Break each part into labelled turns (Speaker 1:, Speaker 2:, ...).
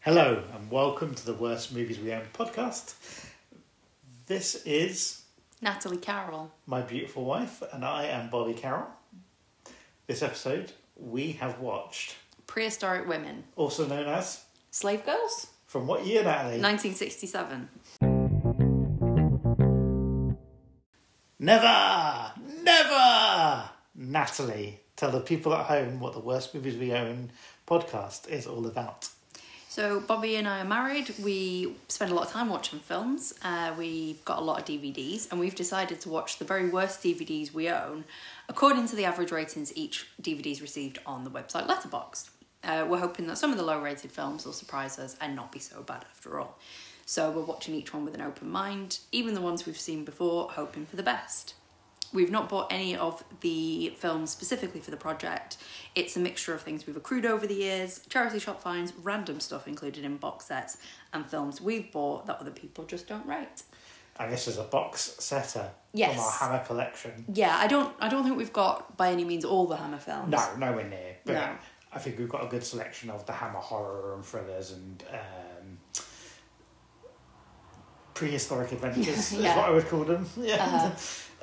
Speaker 1: Hello, and welcome to the Worst Movies We Own podcast. This is
Speaker 2: Natalie Carroll.
Speaker 1: my beautiful wife, and I am Bobby Carroll. This episode, we have watched,
Speaker 2: Prehistoric Women.
Speaker 1: also known as,
Speaker 2: Slave Girls?
Speaker 1: from what year, Natalie?
Speaker 2: 1967.
Speaker 1: Never! Never! Natalie, tell the people at home what the Worst Movies We Own podcast is all about.
Speaker 2: So, Bobby and I are married. We spend a lot of time watching films. Uh, we've got a lot of DVDs, and we've decided to watch the very worst DVDs we own according to the average ratings each DVD's received on the website Letterboxd. Uh, we're hoping that some of the low rated films will surprise us and not be so bad after all. So, we're watching each one with an open mind, even the ones we've seen before, hoping for the best. We've not bought any of the films specifically for the project. It's a mixture of things we've accrued over the years, charity shop finds, random stuff included in box sets, and films we've bought that other people just don't rate.
Speaker 1: And this is a box setter
Speaker 2: Yes.
Speaker 1: from our Hammer collection.
Speaker 2: Yeah, I don't I don't think we've got by any means all the Hammer films.
Speaker 1: No, nowhere near. But
Speaker 2: No.
Speaker 1: I think we've got a good selection of the Hammer horror and thrillers and um, prehistoric adventures is
Speaker 2: Yeah. Uh-huh.
Speaker 1: what I would call them. Yeah,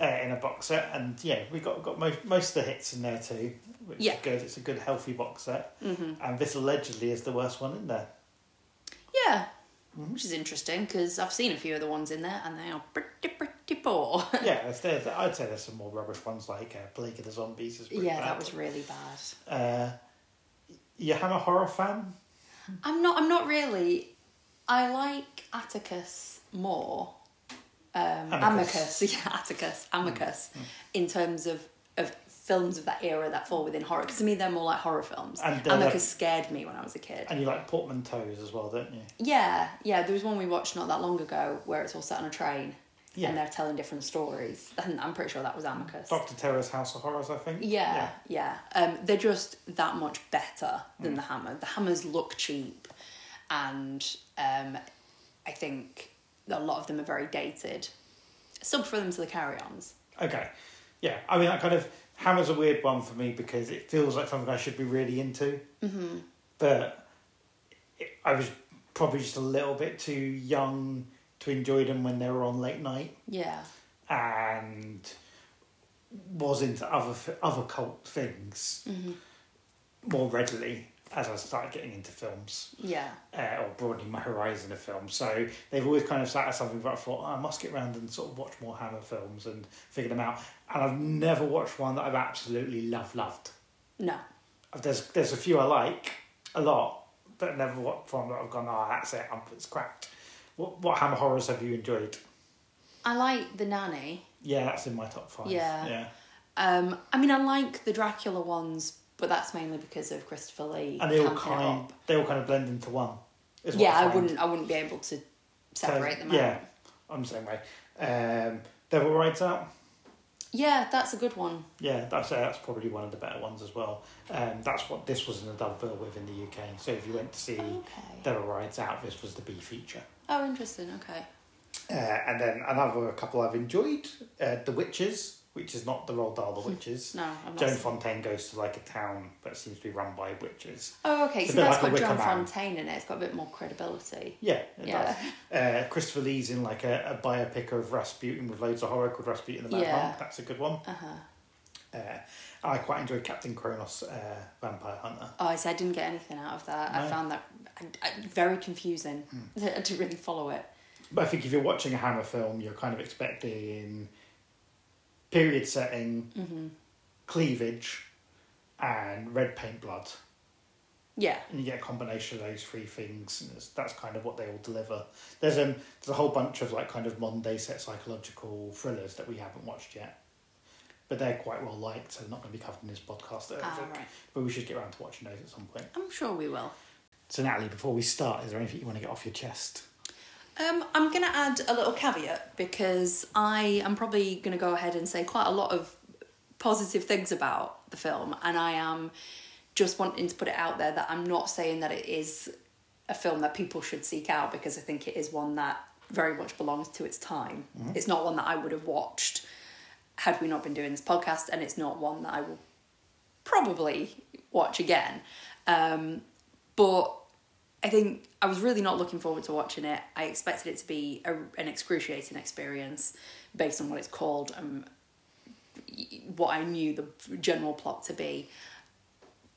Speaker 1: uh, in a box set, and yeah, we got got most most of the hits in there too, which
Speaker 2: Yeah.
Speaker 1: is good. It's a good healthy box set, mm-hmm. and this allegedly is the worst one in there.
Speaker 2: Yeah.
Speaker 1: Mm-hmm.
Speaker 2: Which is interesting because I've seen a few of the ones in there and they are pretty pretty poor.
Speaker 1: Yeah, there's, there's, I'd say there's some more rubbish ones like uh, Blake of the Zombies. Is pretty
Speaker 2: yeah,
Speaker 1: bad.
Speaker 2: that was really bad.
Speaker 1: Uh, you Hammer horror fan?
Speaker 2: I'm not. I'm not really. I like Atticus more. Um,
Speaker 1: Amicus. Mm,
Speaker 2: Amicus. yeah, Atticus, Amicus, in terms of of films of that era that fall within horror. Because to me, they're more like horror films.
Speaker 1: And they're
Speaker 2: Amicus
Speaker 1: like-
Speaker 2: scared me when I was a kid.
Speaker 1: And you like portmanteaus as well, don't you?
Speaker 2: yeah, yeah. There was one we watched not that long ago where it's all set on a train,
Speaker 1: Yeah.
Speaker 2: and they're telling different stories. And I'm pretty sure that was Amicus.
Speaker 1: Doctor Terror's House of Horrors, I think.
Speaker 2: Yeah, yeah. Um, they're just that much better
Speaker 1: Mm.
Speaker 2: than the hammer. The hammers look cheap, and um, I think a lot of them are very dated. Sub for them to the carry-ons.
Speaker 1: Okay. Yeah, I mean, that kind of Hammer's a weird one for me because it feels like something I should be really into, mm-hmm. but it, I was probably just a little bit too young to enjoy them when they were on late night,
Speaker 2: Yeah,
Speaker 1: and was into other f- other cult things more readily as I started getting into films
Speaker 2: yeah,
Speaker 1: uh, or broadening my horizon of films. So they've always kind of sat at something, but I thought oh, I must get round and sort of watch more Hammer films and figure them out. And I've never watched one that I've absolutely love loved.
Speaker 2: no,
Speaker 1: There's there's a few I like a lot, but never watched one that I've gone, oh, that's it, I'm, it's cracked. What what Hammer horrors have you enjoyed?
Speaker 2: I like the nanny.
Speaker 1: Yeah, that's in my top five.
Speaker 2: Yeah.
Speaker 1: yeah.
Speaker 2: Um, I mean, I like the Dracula ones, but that's mainly because of Christopher Lee.
Speaker 1: And they all
Speaker 2: camping it
Speaker 1: kind
Speaker 2: up.
Speaker 1: they all kind of blend into one. is what
Speaker 2: Yeah, I
Speaker 1: find.
Speaker 2: wouldn't. I wouldn't be able to
Speaker 1: So,
Speaker 2: separate them
Speaker 1: Yeah,
Speaker 2: out.
Speaker 1: I'm the same way. Um, Devil Rides Out.
Speaker 2: Yeah, that's a good one.
Speaker 1: Yeah, that's uh, that's probably one of the better ones as well. Um, that's what this was an adult bill with in the UK. So if you went to see
Speaker 2: Okay.
Speaker 1: Devil Rides Out, this was the B feature.
Speaker 2: Oh, interesting. Okay.
Speaker 1: Uh, and then another couple I've enjoyed, uh, The Witches, which is not the Roald Dahl The Witches.
Speaker 2: No, I'm not.
Speaker 1: Joan Fontaine goes to like a town that seems to be run by witches.
Speaker 2: Oh, okay.
Speaker 1: It's a
Speaker 2: So
Speaker 1: bit
Speaker 2: that's
Speaker 1: like a
Speaker 2: got John
Speaker 1: Wicker Man.
Speaker 2: Fontaine in it. It's got a bit more credibility.
Speaker 1: Yeah, it
Speaker 2: Yeah.
Speaker 1: does. Uh, Christopher Lee's in like a, a biopic of Rasputin with loads of horror called Rasputin the Mad
Speaker 2: Yeah.
Speaker 1: Monk. That's a good one.
Speaker 2: Uh huh.
Speaker 1: Uh, I quite enjoyed Captain Kronos, uh, Vampire Hunter.
Speaker 2: Oh, I see. I didn't get anything out of that.
Speaker 1: No. Hmm.
Speaker 2: I found that I, I, very confusing. I didn't really follow it.
Speaker 1: But I think if you're watching a Hammer film, you're kind of expecting period setting,
Speaker 2: Mm-hmm.
Speaker 1: cleavage, and red paint blood.
Speaker 2: Yeah.
Speaker 1: And you get a combination of those three things, and it's, that's kind of what they all deliver. There's, um, there's a whole bunch of like kind of modern day set psychological thrillers that we haven't watched yet. But they're quite well liked, so they're not going to be covered in this podcast. I don't
Speaker 2: Ah,
Speaker 1: think.
Speaker 2: right.
Speaker 1: But we should get around to watching those at some point.
Speaker 2: I'm sure we will.
Speaker 1: So, Natalie, before we start, is there anything you want to get off your chest?
Speaker 2: Um, I'm going to add a little caveat because I am probably going to go ahead and say quite a lot of positive things about the film, and I am just wanting to put it out there that I'm not saying that it is a film that people should seek out because I think it is one that very much belongs to its time. It's not one that I would have watched had we not been doing this podcast, and it's not one that I will probably watch again. Um, but I think I was really not looking forward to watching it. I expected it to be a, an excruciating experience based on what it's called and what I knew the general plot to be.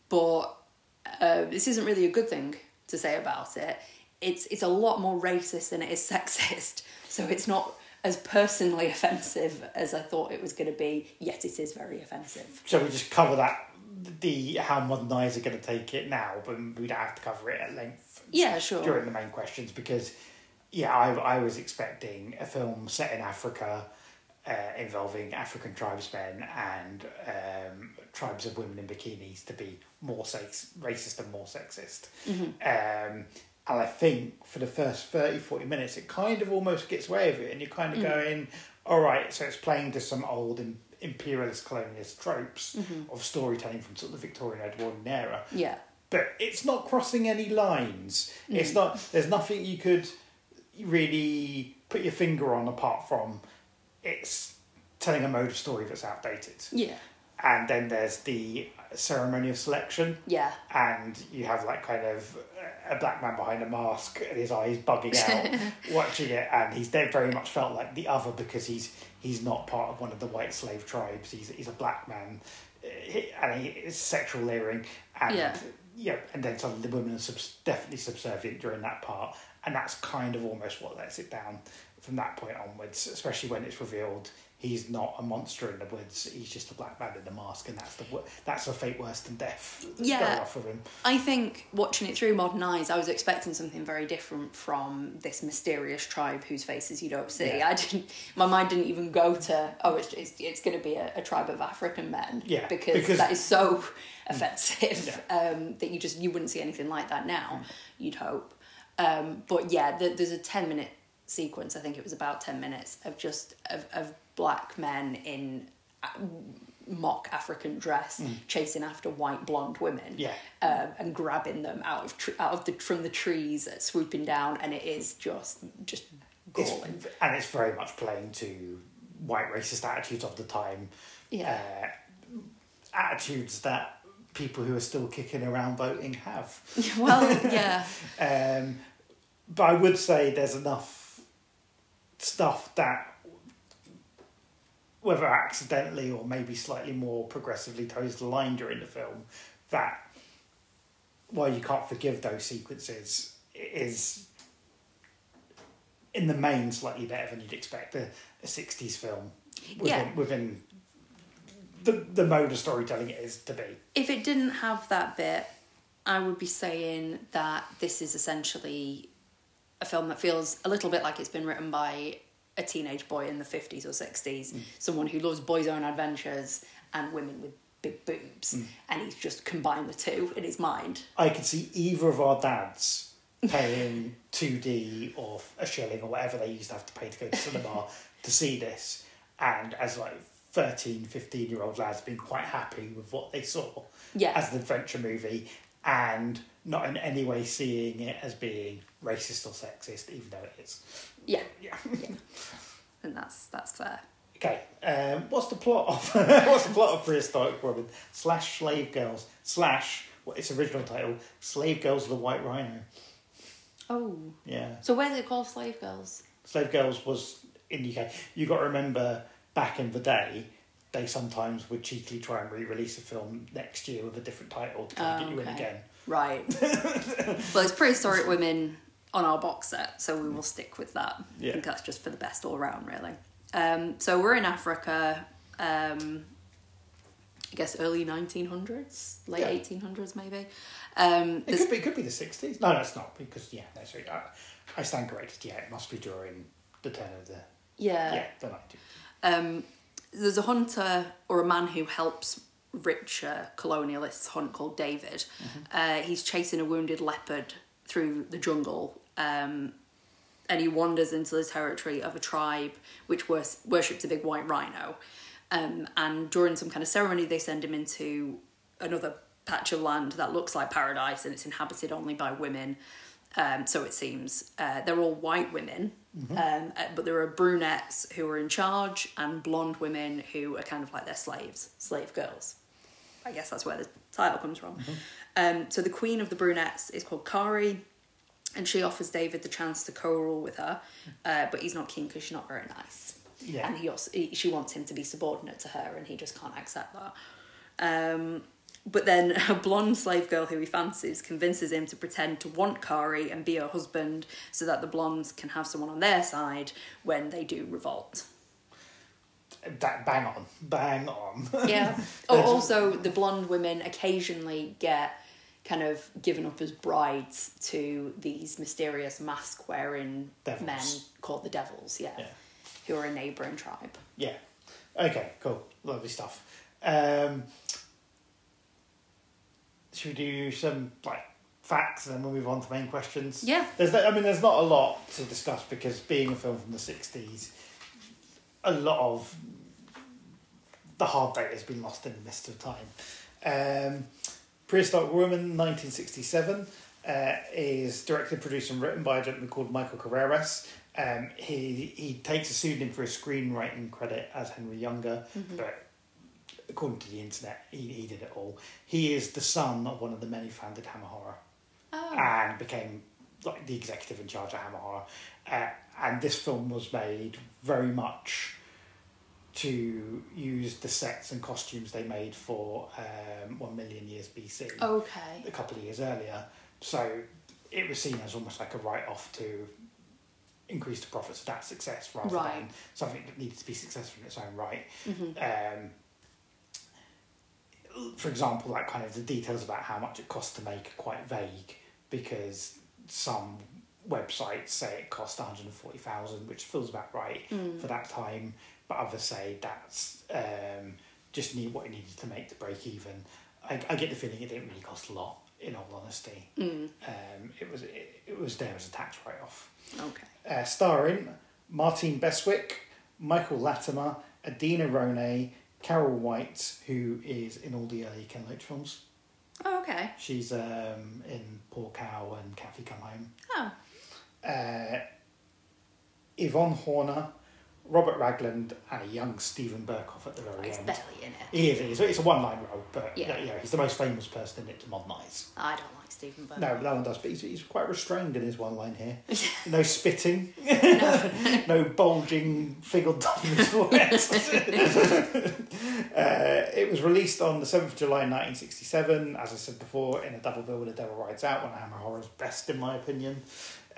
Speaker 2: But uh, this isn't really a good thing to say about it. It's it's a lot more racist than it is sexist, so it's not as personally offensive as I thought it was going to be. Yet it is very offensive.
Speaker 1: Shall we just cover that? The how modern eyes are going to take it now, but we don't have to cover it at length
Speaker 2: Yeah, sure.
Speaker 1: during the main questions because, yeah, I I was expecting a film set in Africa, uh, involving African tribesmen and um, tribes of women in bikinis to be more sex racist and more sexist.
Speaker 2: Mm-hmm.
Speaker 1: Um, and I think for the first 30, 40 minutes, it kind of almost gets away with it, and you're kind
Speaker 2: Mm.
Speaker 1: of going, all right, so it's playing to some old im- imperialist colonialist tropes
Speaker 2: Mm-hmm.
Speaker 1: of storytelling from sort of the Victorian Edwardian era
Speaker 2: Yeah,
Speaker 1: but it's not crossing any lines.
Speaker 2: Mm.
Speaker 1: It's not. There's nothing you could really put your finger on apart from it's telling a mode of story that's outdated.
Speaker 2: yeah,
Speaker 1: And then there's the ceremony of selection,
Speaker 2: yeah.
Speaker 1: and you have like kind of a black man behind a mask and his eyes bugging out watching it, and he's de- very much felt like the other because he's he's not part of one of the white slave tribes. He's he's a black man, Uh, he- and he it's sexual leering, and
Speaker 2: Yeah.
Speaker 1: yeah, and then suddenly the women are subs- definitely subservient during that part, and that's kind of almost what lets it down from that point onwards, especially when it's revealed he's not a monster in the woods, he's just a black man in a mask, and that's the wo- that's a fate worse than death that's
Speaker 2: Yeah.
Speaker 1: going off of him.
Speaker 2: I think watching it through modern eyes, I was expecting something very different from this mysterious tribe whose faces you don't see.
Speaker 1: Yeah.
Speaker 2: I didn't. My mind didn't even go to oh, it's it's, it's going to be a, a tribe of African men.
Speaker 1: Yeah,
Speaker 2: because,
Speaker 1: because- Mm.
Speaker 2: that is so offensive um, that you just you wouldn't see anything like that now.
Speaker 1: Mm.
Speaker 2: You'd hope, um, but yeah, th there's a ten minute sequence. I think it was about ten minutes of just of, of black men in uh, mock African dress chasing after white blonde women
Speaker 1: Mm. Yeah.
Speaker 2: um, and grabbing them out of tr- out of the from the trees, uh, swooping down, and it is just just
Speaker 1: It's,
Speaker 2: galling.
Speaker 1: and it's very much playing to white racist attitudes of the time.
Speaker 2: Yeah.
Speaker 1: Uh, attitudes that people who are still kicking around voting have.
Speaker 2: well, yeah,
Speaker 1: Um, but I would say there's enough stuff that, whether accidentally or maybe slightly more progressively, toes the line during the film that while you can't forgive those sequences, it is in the main slightly better than you'd expect a, a 60s film within,
Speaker 2: Yeah.
Speaker 1: within the, the mode of storytelling it is to be.
Speaker 2: if it didn't have that bit, I would be saying that this is essentially a film that feels a little bit like it's been written by a teenage boy in the 50s or 60s,
Speaker 1: Mm.
Speaker 2: someone who loves boys' own adventures and women with big boobs,
Speaker 1: Mm.
Speaker 2: and he's just combined the two in his mind.
Speaker 1: I could see either of our dads paying 2D or a shilling or whatever they used to have to pay to go to cinema to see this. And as like 13, 15 year old lads being quite happy with what they saw
Speaker 2: Yeah.
Speaker 1: as an adventure movie and not in any way seeing it as being racist or sexist, even though it is.
Speaker 2: Yeah,
Speaker 1: Yeah.
Speaker 2: and that's that's fair.
Speaker 1: Okay, um, what's the plot of what's the plot of prehistoric woman slash slave girls slash what its original title slave girls of the white rhino?
Speaker 2: Oh.
Speaker 1: Yeah,
Speaker 2: So where's it called Slave Girls?
Speaker 1: Slave Girls was in the UK. You got to remember back in the day, they sometimes would cheekily try and re-release a film next year with a different title to try and
Speaker 2: Oh,
Speaker 1: get you in
Speaker 2: okay.
Speaker 1: again.
Speaker 2: Right. well, it's prehistoric women on our box set, so we will stick with that.
Speaker 1: Yeah.
Speaker 2: I think that's just for the best all round, really. Um, so we're in Africa, um, I guess early 1900s, late
Speaker 1: Yeah.
Speaker 2: 1800s maybe. Um,
Speaker 1: It
Speaker 2: there's-
Speaker 1: could be. It could be the sixties. No, that's not because yeah, no, sorry, I, I stand corrected. Yeah, it must be during the turn of the
Speaker 2: Uh,
Speaker 1: yeah the nineties.
Speaker 2: um, there's a hunter or a man who helps richer colonialists hunt called David. Uh, he's chasing a wounded leopard through the jungle, um, and he wanders into the territory of a tribe which wors- worships a big white rhino. Um, and during some kind of ceremony, they send him into another patch of land that looks like paradise and it's inhabited only by women. Um, so it seems uh, they're all white women, um, uh, but there are brunettes who are in charge and blonde women who are kind of like their slaves, slave girls. I guess that's where the title comes from. Um, so the queen of the brunettes is called Kari, and she offers David the chance to co-rule with her, uh, but he's not keen because she's not very nice.
Speaker 1: Yeah.
Speaker 2: And he also he, she wants him to be subordinate to her, and he just can't accept that. Um, but then a blonde slave girl who he fancies convinces him to pretend to want Kari and be her husband, so that the blondes can have someone on their side when they do revolt.
Speaker 1: That bang on, bang on.
Speaker 2: Yeah. oh, also, the blonde women occasionally get kind of given up as brides to these mysterious mask wearing
Speaker 1: Devils.
Speaker 2: men called the devils, yeah,
Speaker 1: Yeah.
Speaker 2: who are a neighbouring tribe.
Speaker 1: yeah. Okay. Cool. Lovely stuff. Um, should we do some like facts and then we'll move on to main questions?
Speaker 2: Yeah.
Speaker 1: There's no- I mean, there's not a lot to discuss because being a film from the '60s, a lot of the hard data has been lost in the mist of time. Um, Prehistoric Woman, 1967, uh, is directed, produced, and written by a gentleman called Michael Carreras. Um, he he takes a pseudonym for his screenwriting credit as Henry Younger, but according to the internet, he, he did it all. He is the son of one of the many founded Hammer Horror
Speaker 2: Oh.
Speaker 1: and became like the executive in charge of Hammer Horror. Uh, and this film was made very much to use the sets and costumes they made for um, One Million Years BC
Speaker 2: Okay.
Speaker 1: a couple of years earlier. So it was seen as almost like a write off to increase the profits of that success rather than
Speaker 2: Right.
Speaker 1: something that needed to be successful in its own right. Um, for example, like kind of the details about how much it costs to make are quite vague because some websites say it cost 140,000, which feels about right for that time, but others say that's um, just need what it needed to make to break even. I, I get the feeling it didn't really cost a lot, in all honesty. Um, it was it, it was there as a tax write off
Speaker 2: Okay.
Speaker 1: uh, starring Martin Beswick, Michael Latimer, Adina Rone, Carol White, who is in all the early Ken Loach films.
Speaker 2: Oh, okay.
Speaker 1: She's um, in Poor Cow and Kathy Come Home.
Speaker 2: Oh.
Speaker 1: Uh, Yvonne Horner, Robert Ragland, and a young Stephen Burkoff at the very
Speaker 2: He's
Speaker 1: end.
Speaker 2: barely in it.
Speaker 1: He is, he is. It's a one line role, but yeah.
Speaker 2: Yeah.
Speaker 1: yeah, he's the most famous person in it to modern eyes.
Speaker 2: I don't like Stephen Burke.
Speaker 1: No, no one does, but he's, he's quite restrained in his one line here. No spitting, no bulging figure on his forehead. uh, it was released on the 7th of July 1967, as I said before, in a double bill with The Devil Rides Out, one of Hammer Horror's best, in my opinion.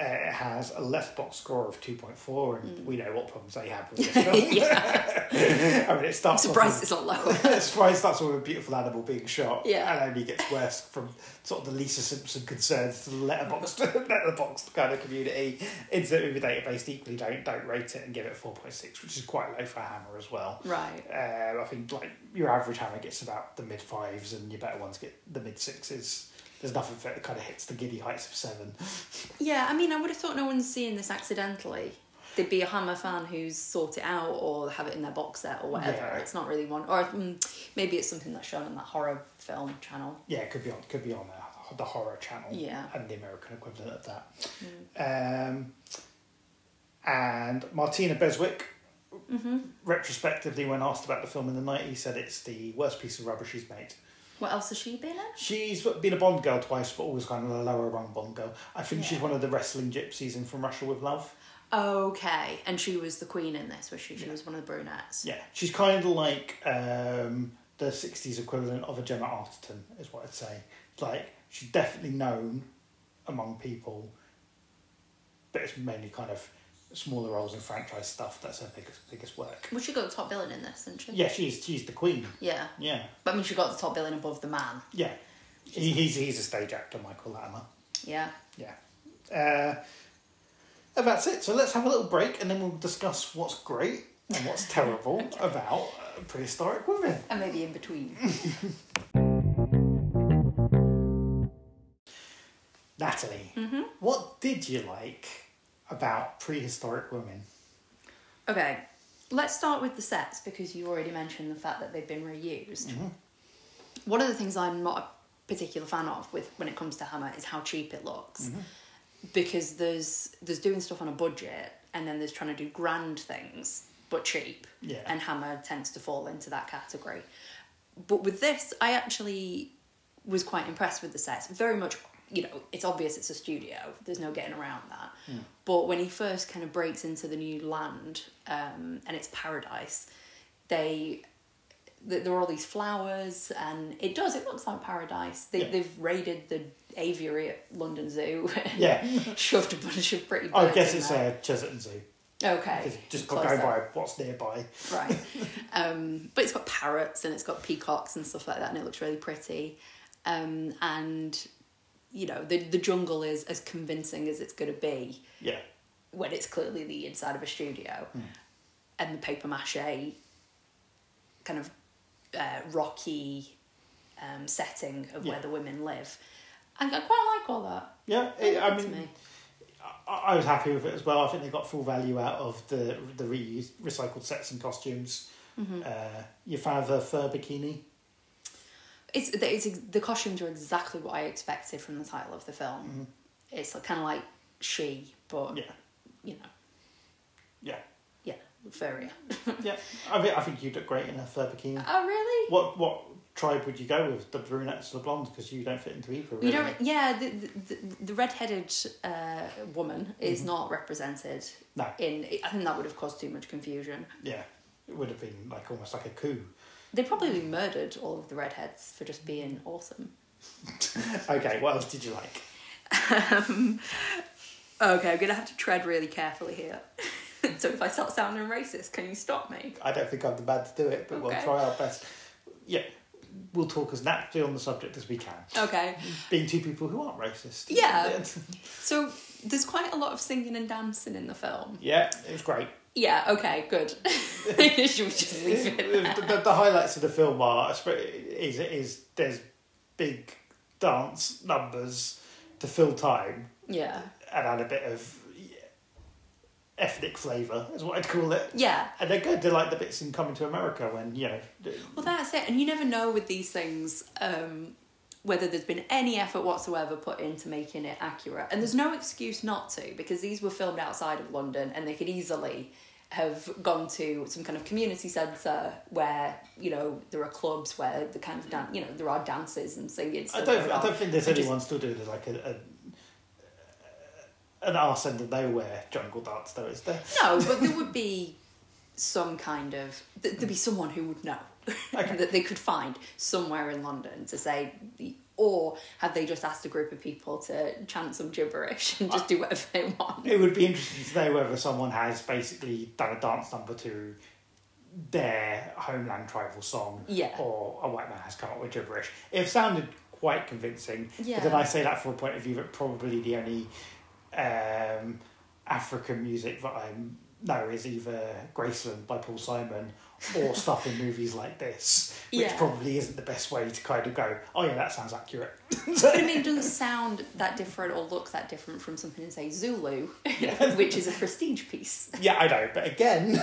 Speaker 1: Uh, it has a letterbox score of 2.4, and we know what problems they have with this film. I mean, it
Speaker 2: I'm
Speaker 1: starts off with-
Speaker 2: surprised it's not lower.
Speaker 1: Surprise! That's all a beautiful animal being shot.
Speaker 2: Yeah.
Speaker 1: And only gets worse from sort of the Lisa Simpson concerns to the letterboxed, letterboxed kind of community. Instant movie database equally don't don't rate it and give it four point six, which is quite low for Hammer as well.
Speaker 2: right.
Speaker 1: Uh, I think like your average Hammer gets about the mid fives, and your better ones get the mid sixes. There's nothing that kind of hits the giddy heights of seven.
Speaker 2: Yeah, I mean, I would have thought no one's seeing this accidentally. There'd be a Hammer fan who's sought it out or have it in their box set or whatever.
Speaker 1: Yeah.
Speaker 2: It's not really one, or mm, maybe it's something that's shown on that horror film channel.
Speaker 1: Yeah, it could be on could be on the, the horror channel.
Speaker 2: Yeah. Mm.
Speaker 1: And the American equivalent of that. Um, and Martina Beswick,
Speaker 2: Mm-hmm.
Speaker 1: retrospectively, when asked about the film in the nineties, said it's the worst piece of rubbish she's made.
Speaker 2: What else has she been in?
Speaker 1: She's been a Bond girl twice, but always kind of a lower rung Bond girl. I think she's
Speaker 2: Yeah.
Speaker 1: one of the wrestling gypsies in From Russia with Love.
Speaker 2: Okay, and she was the queen in this, was she? She was one of the brunettes.
Speaker 1: Yeah, she's kind of like um, the '60s equivalent of a Gemma Arterton, is what I'd say. Like she's definitely known among people, but it's mainly kind of smaller roles and franchise stuff. That's her biggest biggest work.
Speaker 2: Well, she got the top villain in this, didn't she?
Speaker 1: Yeah, she's she's the queen.
Speaker 2: Yeah.
Speaker 1: Yeah,
Speaker 2: But I mean, she got the top villain above the man.
Speaker 1: yeah. He, he's he's a stage actor, Michael Latimer.
Speaker 2: Yeah.
Speaker 1: Yeah. Uh, and that's it. So let's have a little break, and then we'll discuss what's great and what's terrible about uh, prehistoric women.
Speaker 2: And maybe in between.
Speaker 1: Natalie,
Speaker 2: Mm-hmm.
Speaker 1: what did you like about prehistoric women?
Speaker 2: Okay, let's start with the sets because you already mentioned the fact that they've been reused. One of the things I'm not a particular fan of with when it comes to Hammer is how cheap it looks, because there's there's doing stuff on a budget and then there's trying to do grand things but cheap.
Speaker 1: Yeah.
Speaker 2: And Hammer tends to fall into that category. But with this, I actually was quite impressed with the sets. Very much you know, it's obvious it's a studio. There's no getting around that.
Speaker 1: Hmm.
Speaker 2: But when he first kind of breaks into the new land, um, and it's paradise, they th- there are all these flowers, and it does. It looks like paradise. They,
Speaker 1: Yeah.
Speaker 2: They've raided the aviary at London Zoo. and
Speaker 1: Yeah.
Speaker 2: shoved a bunch of pretty.
Speaker 1: I
Speaker 2: birds
Speaker 1: guess
Speaker 2: in
Speaker 1: it's
Speaker 2: there.
Speaker 1: uh, Chesterton Zoo.
Speaker 2: okay.
Speaker 1: 'Cause Just
Speaker 2: close
Speaker 1: going
Speaker 2: that.
Speaker 1: by what's nearby.
Speaker 2: Right. um, but it's got parrots and it's got peacocks and stuff like that, and it looks really pretty. Um, and you know, the the jungle is as convincing as it's going to be
Speaker 1: Yeah.
Speaker 2: when it's clearly the inside of a studio,
Speaker 1: Hmm.
Speaker 2: and the paper mache kind of uh, rocky um, setting of
Speaker 1: Yeah.
Speaker 2: where the women live. I, I quite like all that.
Speaker 1: Yeah. It, I
Speaker 2: to
Speaker 1: mean,
Speaker 2: me.
Speaker 1: I, I was happy with it as well. I think they got full value out of the the reused, recycled sets and costumes.
Speaker 2: Mm-hmm.
Speaker 1: Uh, you found the fur bikini.
Speaker 2: It's, the- it's the costumes are exactly what I expected from the title of the film. It's kind of like she, but
Speaker 1: Mm-hmm. Yeah.
Speaker 2: you know,
Speaker 1: Yeah.
Speaker 2: yeah, furrier.
Speaker 1: Yeah. I mean, I think you'd look great in a fur bikini.
Speaker 2: Oh really?
Speaker 1: What what tribe would you go with? The brunettes or the blondes? Because you don't fit into either. Really.
Speaker 2: You don't. Yeah, the the, the red-headed uh, woman is not represented.
Speaker 1: No.
Speaker 2: In I think that would have caused too much confusion.
Speaker 1: Yeah. It would have been like almost like a coup.
Speaker 2: They probably murdered all of the redheads for just being awesome.
Speaker 1: Okay. What else did you like?
Speaker 2: Okay, I'm gonna have to tread really carefully here. so if I start sounding racist, can you stop me?
Speaker 1: I don't think I'm the man to do it, but we'll
Speaker 2: Okay.
Speaker 1: try our best. Yeah. We'll talk as naturally on the subject as we can.
Speaker 2: Okay.
Speaker 1: Being two people who aren't racist.
Speaker 2: Yeah. So there's quite a lot of singing and dancing in the film.
Speaker 1: yeah, it was great.
Speaker 2: Yeah. Okay. Good. Should we just leave it?
Speaker 1: the, the- the highlights of the film are I suppose, is is there's big dance numbers to fill time
Speaker 2: Yeah.
Speaker 1: and add a bit of ethnic flavour is what I'd call it.
Speaker 2: Yeah.
Speaker 1: And they're good. They like the bits in Coming to America when you know.
Speaker 2: Well, that's it. And you never know with these things um, whether there's been any effort whatsoever put into making it accurate. And there's no excuse not to, because these were filmed outside of London and they could easily have gone to some kind of community centre where, you know, there are clubs where the kind of, dan- you know, there are dances and singing.
Speaker 1: I
Speaker 2: stuff
Speaker 1: don't.
Speaker 2: going
Speaker 1: I
Speaker 2: on.
Speaker 1: don't think there's
Speaker 2: They just-
Speaker 1: anyone still doing it like a. a an arse end of nowhere jungle dance, though, is there?
Speaker 2: No, but there would be some kind of th- there'd be someone who would know
Speaker 1: Okay.
Speaker 2: that they could find somewhere in London to say, or have they just asked a group of people to chant some gibberish and just do whatever they want?
Speaker 1: It would be interesting to know whether someone has basically done a dance number to their homeland tribal song,
Speaker 2: Yeah.
Speaker 1: or a white man has come up with gibberish. It sounded quite convincing, but then
Speaker 2: Yeah.
Speaker 1: I say that from a point of view that probably the only um, African music that I know is either Graceland by Paul Simon or stuff in movies like this, which
Speaker 2: Yeah.
Speaker 1: probably isn't the best way to kind of go. Oh yeah, that sounds accurate.
Speaker 2: I mean, it doesn't sound that different or look that different from something in say Zulu, which is a prestige piece.
Speaker 1: Yeah, I know, but again,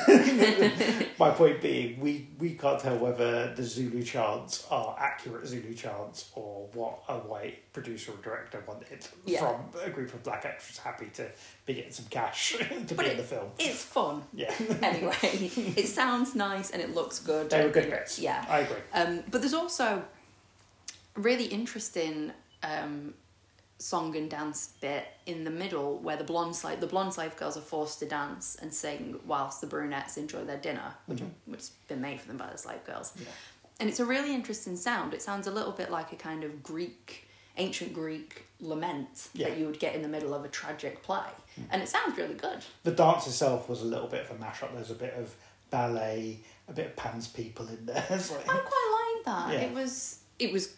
Speaker 1: my point being, we, we can't tell whether the Zulu chants are accurate Zulu chants or what a white producer or director wanted
Speaker 2: Yeah.
Speaker 1: from a group of black actors happy to be getting some cash to be in the film.
Speaker 2: It's fun
Speaker 1: Yeah,
Speaker 2: anyway. it sounds nice and it looks good.
Speaker 1: they were good
Speaker 2: You know,
Speaker 1: bits.
Speaker 2: Yeah.
Speaker 1: I agree.
Speaker 2: Um, but there's also a really interesting um, song and dance bit in the middle where the blonde slave the blonde slave girls are forced to dance and sing whilst the brunettes enjoy their dinner,
Speaker 1: Mm-hmm.
Speaker 2: which which has been made for them by the slave girls. And it's a really interesting sound. It sounds a little bit like a kind of Greek, ancient Greek lament
Speaker 1: Yeah. Mm.
Speaker 2: that you would get in the middle of a tragic play, and it sounds really good.
Speaker 1: The dance itself was a little bit of a mashup. There's a bit of ballet, a bit of Pan's people in there. It's like,
Speaker 2: I quite like that.
Speaker 1: Yeah.
Speaker 2: It was it was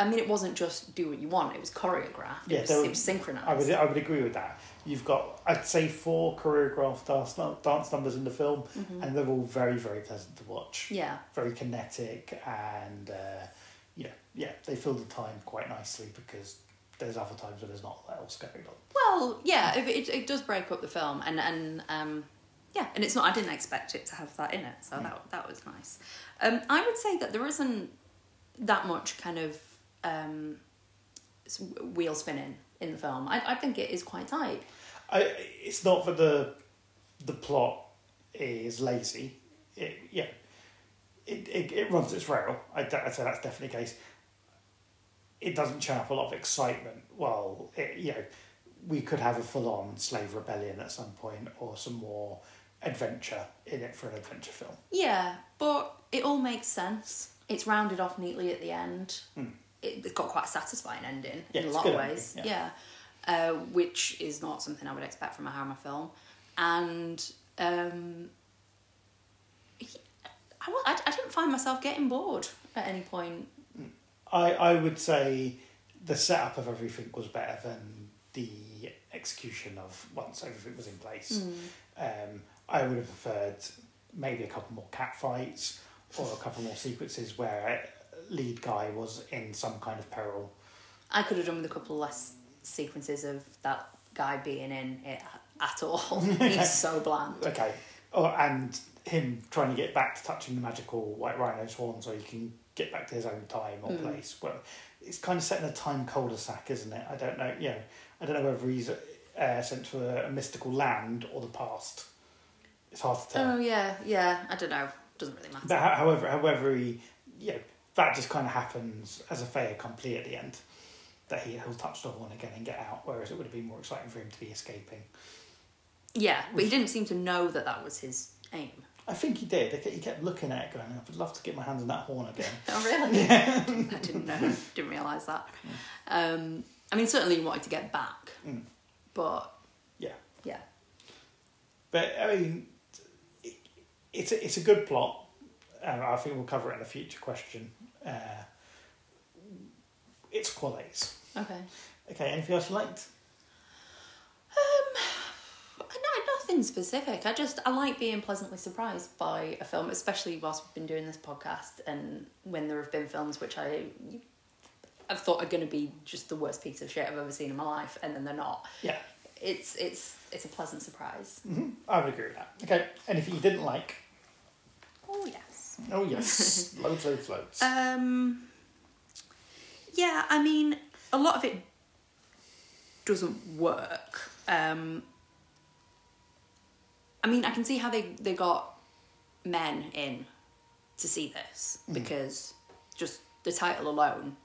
Speaker 2: I mean it wasn't just do what you want, it was choreographed.
Speaker 1: Yeah,
Speaker 2: it, was,
Speaker 1: there
Speaker 2: it
Speaker 1: was-
Speaker 2: was synchronized.
Speaker 1: I would I would agree with that. You've got I'd say four choreographed dance dance numbers in the film, and they're all very very pleasant to watch.
Speaker 2: yeah.
Speaker 1: Very kinetic and uh, yeah yeah they fill the time quite nicely because there's other times where there's not a lot else going on.
Speaker 2: Well, yeah, it, it, it does break up the film and and um yeah, and it's not I didn't expect it to have that in it. So
Speaker 1: Mm.
Speaker 2: that that was nice. Um I would say that there isn't that much kind of um s- wheel spinning in the film. I I think it is quite tight.
Speaker 1: I, it's not that the the plot is lazy. It, yeah, it, it it runs its rail. I, would say that's definitely the case. it doesn't churn up a lot of excitement. Well, it, you know, we could have a full on slave rebellion at some point or some more adventure in it for an adventure film.
Speaker 2: Yeah, but it all makes sense. It's rounded off neatly at the end. It, it's got quite a satisfying ending
Speaker 1: Hmm. Yeah,
Speaker 2: in a
Speaker 1: it's a
Speaker 2: lot of
Speaker 1: good
Speaker 2: ways.
Speaker 1: ending,
Speaker 2: yeah. Uh, which is not something I would expect from a Hammer film. And um, I, wa- I, I didn't find myself getting bored at any point.
Speaker 1: I, I would say the setup of everything was better than the execution of once everything was in place. Um, I would have preferred maybe a couple more cat fights or a couple more sequences where lead guy was in some kind of peril.
Speaker 2: I could have done with a couple less sequences of that guy being in it a- at all. He's so bland.
Speaker 1: Okay. Oh, and him trying to get back to touching the magical white rhino's horn so he can get back to his own time or place. Well, it's kind of setting a time cul-de-sac, isn't it? I don't know. You know, I don't know whether he's uh, sent to a, a mystical land or the past. It's hard to tell.
Speaker 2: Oh yeah, yeah. I don't know. Doesn't really matter.
Speaker 1: But ho- however, however he, you know, that just kind of happens as a fait accompli at the end. That he, he'll touch the horn again and get out, whereas it would have been more exciting for him to be escaping.
Speaker 2: Yeah, but he didn't seem to know that that was his aim.
Speaker 1: I think he did. He kept- He kept looking at it going, I would love to get my hands on that horn again.
Speaker 2: Oh really? I didn't know. Didn't realise that. Um, I mean, certainly he wanted to get back, but
Speaker 1: Yeah,
Speaker 2: Hmm. yeah,
Speaker 1: but I mean, it, it's a, it's a good plot. Um, I think we'll cover it in a future question. Uh, its qualities.
Speaker 2: okay.
Speaker 1: Okay, anything else you liked?
Speaker 2: uh, No, nothing specific. I just I like being pleasantly surprised by a film, especially whilst we've been doing this podcast and when there have been films which I I've thought are going to be just the worst piece of shit I've ever seen in my life, and then they're not.
Speaker 1: Yeah,
Speaker 2: It's it's it's a pleasant surprise.
Speaker 1: I would agree with that. Okay, anything you didn't like?
Speaker 2: Oh yes.
Speaker 1: Oh yes, loads, loads, loads.
Speaker 2: Um, yeah, I mean, a lot of it doesn't work. Um, I mean, I can see how they, they got men in to see this
Speaker 1: Mm.
Speaker 2: because just the title alone,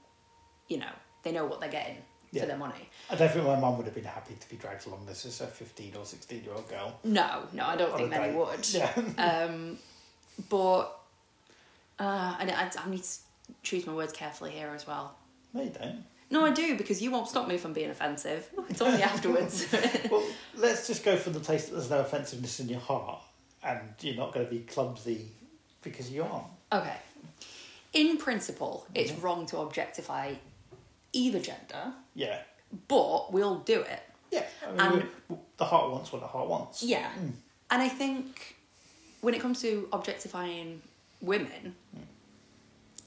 Speaker 2: you know, they know what they're getting
Speaker 1: Yeah.
Speaker 2: for their money.
Speaker 1: I don't think my mum would have been happy to be dragged along this as a fifteen or sixteen year old girl.
Speaker 2: No, no, I don't
Speaker 1: on
Speaker 2: think
Speaker 1: a
Speaker 2: many
Speaker 1: date.
Speaker 2: would.
Speaker 1: Yeah.
Speaker 2: But uh, and I, I need to choose my words carefully here as well.
Speaker 1: no, you don't.
Speaker 2: No, I do because you won't stop me from being offensive. It's only afterwards.
Speaker 1: Well, let's just go for the place that there's no offensiveness in your heart, and you're not going to be clumsy because you aren't.
Speaker 2: okay. In principle, it's wrong to objectify either gender,
Speaker 1: Yeah.
Speaker 2: but we'll do it.
Speaker 1: Yeah. I mean,
Speaker 2: And-
Speaker 1: we- the heart wants what the heart wants.
Speaker 2: Yeah. And I think when it comes to objectifying women,
Speaker 1: Hmm.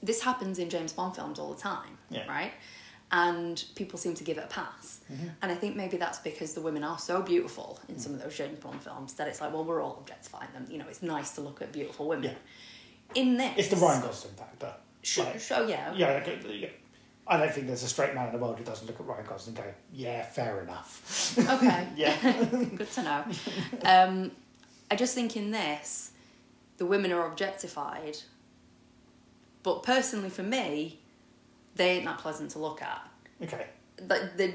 Speaker 2: this happens in James Bond films all the time,
Speaker 1: Yeah. Mm-hmm.
Speaker 2: right? And people seem to give it a pass. And I think maybe that's because the women are so beautiful in some of those James Bond films that it's like, well, we're all objectifying them. You know, it's nice to look at beautiful women. In this,
Speaker 1: It's the Ryan Gosling factor.
Speaker 2: Sure,
Speaker 1: Like,
Speaker 2: sure, yeah.
Speaker 1: yeah, like, uh, yeah. I don't think there's a straight man in the world who doesn't look at Ryan Gosling and go, yeah, fair enough.
Speaker 2: Okay.
Speaker 1: Yeah.
Speaker 2: Good to know. Um, I just think in this, the women are objectified, but personally for me, they ain't that pleasant to look at.
Speaker 1: okay.
Speaker 2: Like the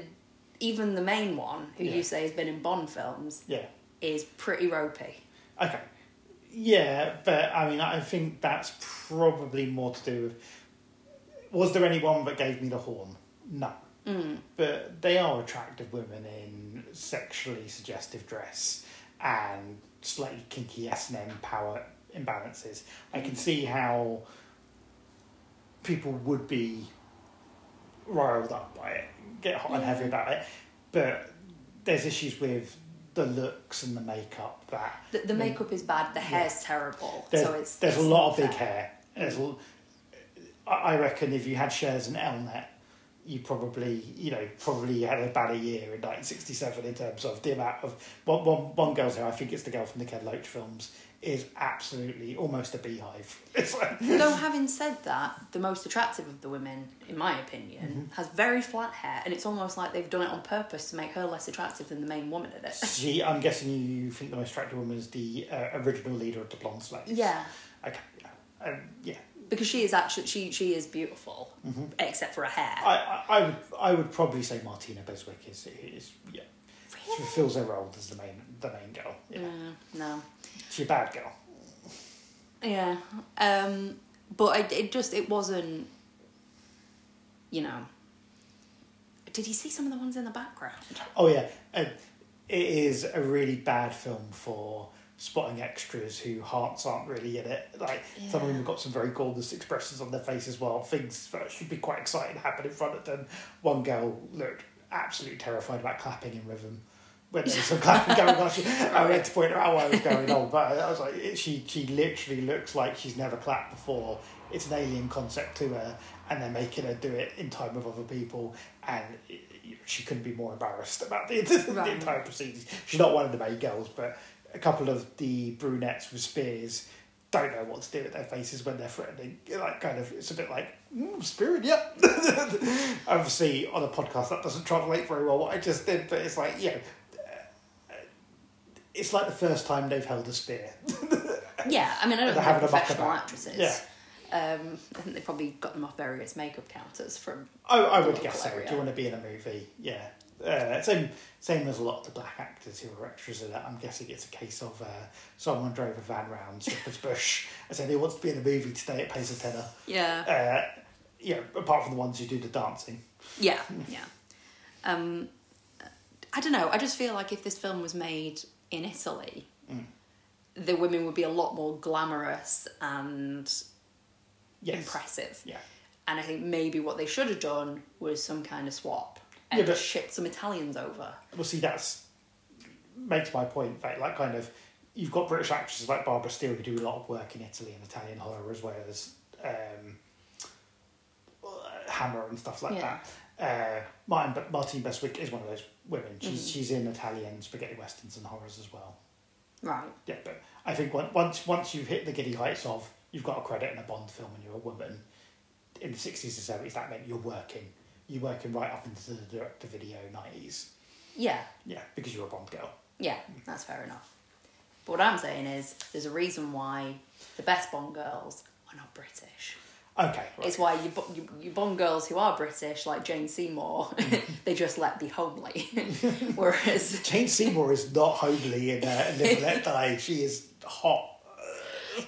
Speaker 2: even the main one, who
Speaker 1: Yeah.
Speaker 2: you say has been in Bond films,
Speaker 1: Yeah.
Speaker 2: is pretty ropey.
Speaker 1: Okay. Yeah, but I mean, I think that's probably more to do with. Was there anyone that gave me the horn? No. But they are attractive women in sexually suggestive dress and slightly kinky S and M power imbalances. I can see how people would be riled up by it, get hot and heavy about it. But there's issues with the looks and the makeup that
Speaker 2: The, the makeup is bad. The hair's terrible.
Speaker 1: Mm. there's,
Speaker 2: so it's
Speaker 1: there's
Speaker 2: it's
Speaker 1: a lot
Speaker 2: not
Speaker 1: of big
Speaker 2: fair.
Speaker 1: hair. There's, l- I I reckon if you had shares in Elnet, you probably you know probably had a bad year in 1967 in terms of the amount of one, one, one girl's hair. I think it's the girl from the Ken Loach films is absolutely almost a beehive. It's like,
Speaker 2: Though having said that, the most attractive of the women, in my opinion,
Speaker 1: Mm-hmm.
Speaker 2: has very flat hair, and it's almost like they've done it on purpose to make her less attractive than the main woman in it.
Speaker 1: she, I'm guessing you think the most attractive woman is the uh, original leader of the Blonde Slaves.
Speaker 2: Yeah.
Speaker 1: Okay. Um, yeah.
Speaker 2: because she is actually she she is beautiful except for her hair.
Speaker 1: Mm-hmm. I, I, I would I would probably say Martina Beswick is is yeah. She fulfills her role as the main the main girl. Yeah.
Speaker 2: Mm, no.
Speaker 1: She's a bad girl.
Speaker 2: Yeah. Um but it, it just it wasn't you know. Did you see some of the ones in the background?
Speaker 1: Oh yeah, uh, it is a really bad film for spotting extras who hearts aren't really in it. Like some of them
Speaker 2: Yeah.
Speaker 1: have got some very gorgeous expressions on their faces while things that should be quite exciting happen in front of them. One girl looked absolutely terrified about clapping in rhythm. When there was some clapping going on, she, I had to point her out what was going on, but I was like, it- she she literally looks like she's never clapped before. It's an alien concept to her, and they're making her do it in time with other people, and it- it- she couldn't be more embarrassed about the, the
Speaker 2: Right.
Speaker 1: entire proceedings. She's not one of the main girls, but a couple of the brunettes with spears don't know what to do with their faces when they're threatening. Like, kind of, it's a bit like mm, spirit, yep. Obviously, on a podcast that doesn't translate very well what I just did, but it's like, you know, it's like the first time they've held a spear.
Speaker 2: Yeah, I mean I
Speaker 1: They're
Speaker 2: don't think they're
Speaker 1: having a buck
Speaker 2: professional
Speaker 1: about.
Speaker 2: actresses.
Speaker 1: Yeah.
Speaker 2: Um, I think they probably got them off various makeup counters from
Speaker 1: I, I would
Speaker 2: Local
Speaker 1: guess so.
Speaker 2: area.
Speaker 1: Do you want to be in a movie? Yeah. Uh, same same as a lot of the black actors who were extras in it. I'm guessing it's a case of uh, someone drove a van round Shepherd's Bush and said, who wants to be in a movie today? It pays a tenner.
Speaker 2: Yeah.
Speaker 1: Uh, yeah, apart from the ones who do the dancing.
Speaker 2: Yeah,
Speaker 1: Hmm.
Speaker 2: yeah. Um, I don't know. I just feel like if this film was made in Italy,
Speaker 1: Hmm.
Speaker 2: the women would be a lot more glamorous and
Speaker 1: Yes.
Speaker 2: impressive.
Speaker 1: Yeah.
Speaker 2: And I think maybe what they should have done was some kind of swap and
Speaker 1: Yeah, but-
Speaker 2: shipped some Italians over.
Speaker 1: Well, see, that's makes my point. That like kind of you've got British actresses like Barbara Steele who do a lot of work in Italy and Italian horror as well as um, uh, Hammer and stuff like
Speaker 2: Yeah.
Speaker 1: that. Uh, Martin, but Martine Beswick is one of those women. She's she's in Italian spaghetti westerns and horrors as well.
Speaker 2: Right.
Speaker 1: Yeah, but I think on- once once you've hit the giddy heights of you've got a credit in a Bond film and you're a woman in the sixties and seventies, that meant you're working. You're working right up into the director video nineties.
Speaker 2: Yeah,
Speaker 1: Yeah, because you're a Bond girl.
Speaker 2: yeah, that's fair enough. But what I'm saying is there's a reason why the best Bond girls are not British.
Speaker 1: Okay. Right.
Speaker 2: It's why you, bo- you, you Bond girls who are British, like Jane Seymour, they just let be homely. Whereas,
Speaker 1: Jane Seymour is not homely in uh, Live and Let Die. She is hot.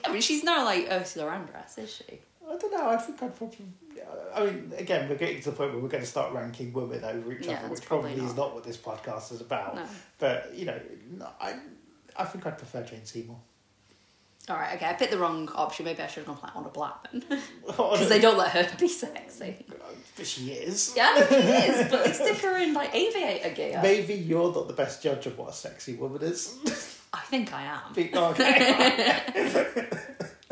Speaker 2: I mean, she's not like Ursula Andress, is she?
Speaker 1: I don't know. I think I'd probably. I mean, again, we're getting to the point where we're going to start ranking women over each
Speaker 2: Yeah,
Speaker 1: other,
Speaker 2: that's
Speaker 1: which probably,
Speaker 2: probably
Speaker 1: is
Speaker 2: not.
Speaker 1: not what this podcast is about.
Speaker 2: No.
Speaker 1: But you know, no, I, I think I'd prefer Jane Seymour.
Speaker 2: All right, okay, I picked the wrong option. Maybe I should have gone for Honor Blackman because they don't let her be sexy.
Speaker 1: But she is.
Speaker 2: Yeah, I know she is, but they stick her in like aviator gear.
Speaker 1: Maybe you're not the best judge of what a sexy woman is.
Speaker 2: I think I am.
Speaker 1: okay.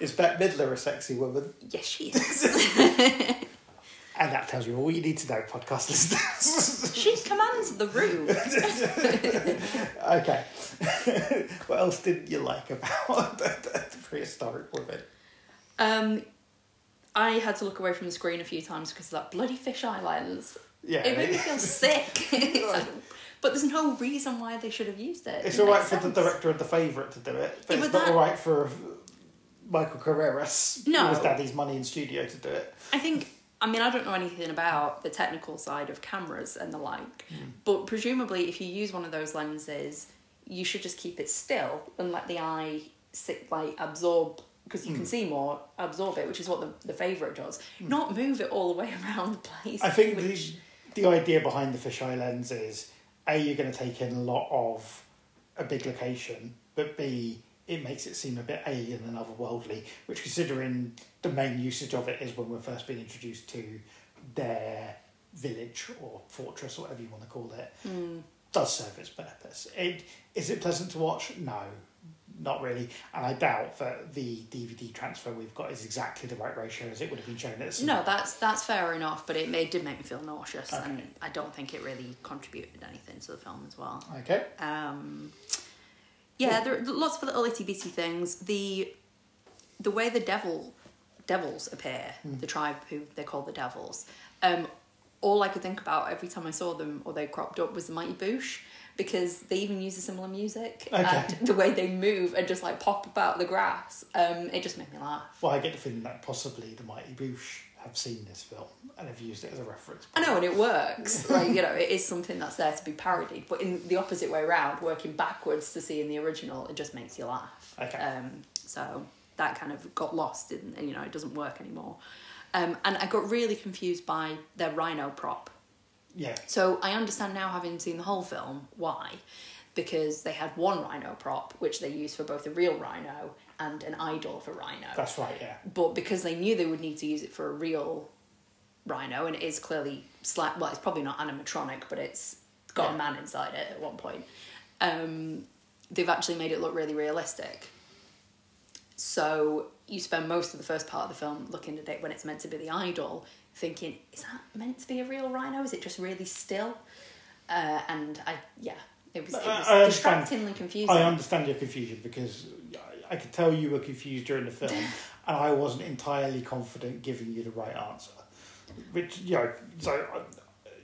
Speaker 1: is Bette Midler a sexy woman?
Speaker 2: Yes, she is.
Speaker 1: And that tells you all you need to know, podcast listeners.
Speaker 2: she commands the room.
Speaker 1: okay. what else didn't you like about the, the- the prehistoric women?
Speaker 2: Um, I had to look away from the screen a few times because of that bloody fish eye lens.
Speaker 1: Yeah.
Speaker 2: It made me feel sick. but there's no reason why they should have used it.
Speaker 1: It's
Speaker 2: It
Speaker 1: alright
Speaker 2: makes
Speaker 1: for the
Speaker 2: sense.
Speaker 1: director of The Favourite to do it, but
Speaker 2: Yeah,
Speaker 1: it's
Speaker 2: but
Speaker 1: not
Speaker 2: that-
Speaker 1: alright for Michael Carreras
Speaker 2: No.
Speaker 1: with his daddy's money in studio to do it.
Speaker 2: I think. I mean, I don't know anything about the technical side of cameras and the like,
Speaker 1: Hmm.
Speaker 2: but presumably, if you use one of those lenses, you should just keep it still and let the eye sit, like absorb because you
Speaker 1: Hmm.
Speaker 2: can see more, absorb it, which is what the, the favorite does. Not move it all the way around the place.
Speaker 1: I think
Speaker 2: which,
Speaker 1: the, the idea behind the fisheye lens is A, you're going to take in a lot of a big location, but B, it makes it seem a bit alien and otherworldly, which considering the main usage of it is when we're first being introduced to their village or fortress, or whatever you want to call it, does serve its purpose. It, is it pleasant to watch? No, not really. And I doubt that the DVD transfer we've got is exactly the right ratio as it would have been shown at some
Speaker 2: No, that's that's fair enough, but it, made, did make me feel nauseous, and I don't think it really contributed anything to the film as well.
Speaker 1: Okay.
Speaker 2: Um, yeah, there are lots of little itty bitty things. The the way the devil devils appear, the tribe who they call the devils. Um, all I could think about every time I saw them or they cropped up was the Mighty Boosh, because they even use the similar music
Speaker 1: Okay.
Speaker 2: and the way they move and just like pop about the grass. Um, it just made me laugh.
Speaker 1: Well, I get the feeling that possibly the Mighty Boosh have seen this film and have used it as a reference.
Speaker 2: I know, and it works. like you know, it is something that's there to be parodied, but in the opposite way round, working backwards to see in the original, it just makes you laugh.
Speaker 1: Okay.
Speaker 2: Um, so that kind of got lost, in, and you know, it doesn't work anymore. Um, and I got really confused by their rhino prop
Speaker 1: Yeah.
Speaker 2: So I understand now, having seen the whole film, why. Because they had one rhino prop, which they used for both a real rhino and an idol of a rhino.
Speaker 1: That's right, yeah.
Speaker 2: but because they knew they would need to use it for a real rhino, and it is clearly slight, well, it's probably not animatronic, but it's got
Speaker 1: Yeah.
Speaker 2: a man inside it at one point. Um, they've actually made it look really realistic. So you spend most of the first part of the film looking at it when it's meant to be the idol, thinking, is that meant to be a real rhino? Is it just really still? Uh, and I, yeah, it was, it
Speaker 1: I-
Speaker 2: was
Speaker 1: I understand.
Speaker 2: distractingly confusing.
Speaker 1: I understand your confusion because I- I could tell you were confused during the film and I wasn't entirely confident giving you the right answer. Which, you know, so uh,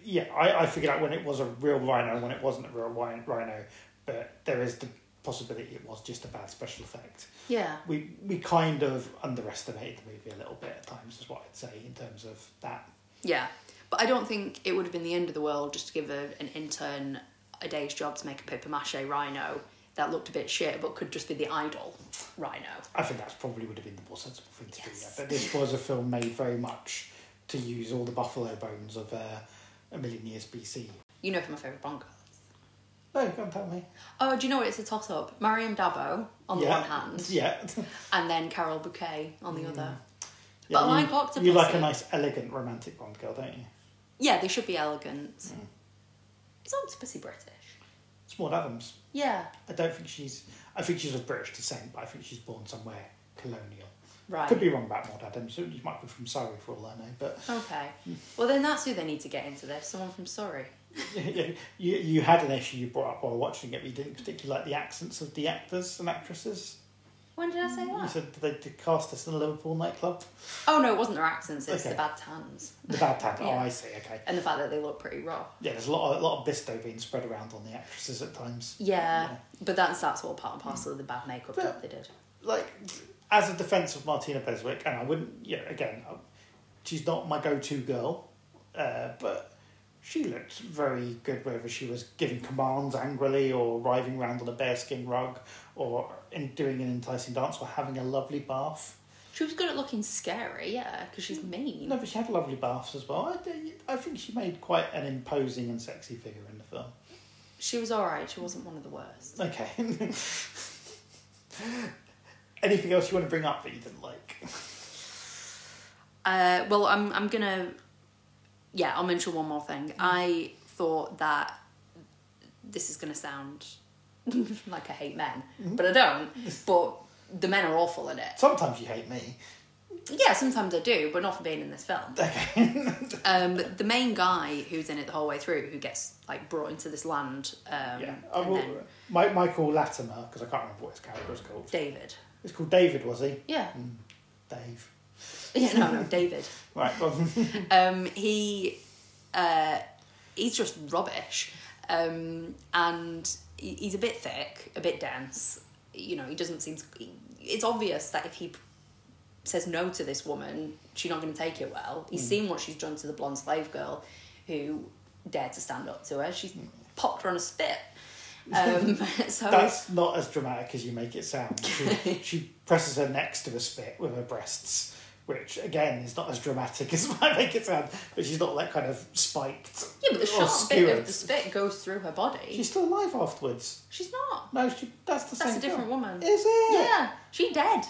Speaker 1: yeah, I, I figured out when it was a real rhino and when it wasn't a real wi- rhino, but there is the possibility it was just a bad special effect.
Speaker 2: yeah.
Speaker 1: We, we kind of underestimated the movie a little bit at times, is what I'd say, in terms of that.
Speaker 2: Yeah, but I don't think it would have been the end of the world just to give a, an intern a day's job to make a paper mache rhino that looked a bit shit, but could just be the idol rhino.
Speaker 1: I think that's probably would have been the more sensible thing to do. Yeah.
Speaker 2: Yes.
Speaker 1: But this was a film made very much to use all the buffalo bones of uh, a million years BC.
Speaker 2: You know who my favourite Bond girl is.
Speaker 1: No, don't tell me.
Speaker 2: Oh, do you know what? It's a toss up. Mariam Dabo on the
Speaker 1: yeah.
Speaker 2: one hand,
Speaker 1: Yeah.
Speaker 2: and then Carol Bouquet on the other.
Speaker 1: Yeah,
Speaker 2: I like
Speaker 1: you,
Speaker 2: octopuses.
Speaker 1: You like a nice, elegant, romantic Bond girl, don't you?
Speaker 2: Yeah, they should be elegant.
Speaker 1: Mm.
Speaker 2: Is Octopussy British?
Speaker 1: It's Maud Adams.
Speaker 2: Yeah,
Speaker 1: I don't think she's. I think she's of British descent, but I think she's born somewhere colonial.
Speaker 2: right.
Speaker 1: Could be wrong about Maud Adams. She might be from Surrey for all I know. But
Speaker 2: Okay. Well, then that's who they need to get into this. Someone from Surrey.
Speaker 1: you, you had an issue you brought up while watching it. But you didn't particularly like the accents of the actors and actresses.
Speaker 2: When did I say
Speaker 1: Mm. You
Speaker 2: that?
Speaker 1: said they did cast us in a Liverpool nightclub.
Speaker 2: Oh no, it wasn't their accents. It's
Speaker 1: Okay.
Speaker 2: the bad tans.
Speaker 1: The bad tad. Oh,
Speaker 2: Yeah.
Speaker 1: I see. Okay.
Speaker 2: and the fact that they look pretty raw.
Speaker 1: Yeah, there's a lot, of, a lot of bisto being spread around on the actresses at times.
Speaker 2: Yeah,
Speaker 1: Yeah.
Speaker 2: but that's that's all part and parcel of the bad makeup
Speaker 1: But-
Speaker 2: job they did.
Speaker 1: Like, as a defence of Martina Beswick, and I wouldn't. Yeah, again, I- she's not my go-to girl, uh, but she looked very good whether she was giving commands angrily or writhing around on a bearskin rug or in doing an enticing dance or having a lovely bath.
Speaker 2: She was good at looking scary, yeah, because she's mean.
Speaker 1: No, but she had lovely baths as well. I, d- I think she made quite an imposing and sexy figure in the film.
Speaker 2: She was all right. She wasn't one of the worst.
Speaker 1: Okay. Anything else you want to bring up that you didn't like?
Speaker 2: Uh, well, I'm I'm gonna, yeah, I'll mention one more thing. I thought that this is gonna sound like I hate men, but I don't. But the men are awful in it.
Speaker 1: Sometimes you hate me.
Speaker 2: Yeah, sometimes I do, but not for being in this film. um, the main guy who's in it the whole way through, who gets like brought into this land, um,
Speaker 1: Yeah. I
Speaker 2: and
Speaker 1: will,
Speaker 2: then
Speaker 1: Mi- Michael Latimer, because I can't remember what his character was called.
Speaker 2: David.
Speaker 1: It's called David, was he?
Speaker 2: Yeah,
Speaker 1: Dave.
Speaker 2: yeah, no, no, David.
Speaker 1: Right. Well,
Speaker 2: Um, he, uh, he's just rubbish, um, and he- he's a bit thick, a bit dense. You know, he doesn't seem. To, he- it's obvious that if he says no to this woman, she's not going to take it well.
Speaker 1: Hmm.
Speaker 2: He's seen what she's done to the blonde slave girl who dared to stand up to her. She's popped her on a spit. Um, so
Speaker 1: that's not as dramatic as you make it sound. She, she presses her necks to a spit with her breasts, which again is not as dramatic as I make it sound. But she's not that kind of spiked.
Speaker 2: yeah, but the
Speaker 1: or
Speaker 2: sharp bit
Speaker 1: skewered.
Speaker 2: of the spit goes through her body.
Speaker 1: She's still alive afterwards.
Speaker 2: she's not.
Speaker 1: No, she, that's the
Speaker 2: That's
Speaker 1: same.
Speaker 2: a different
Speaker 1: girl.
Speaker 2: woman.
Speaker 1: Is it?
Speaker 2: Yeah, she dead.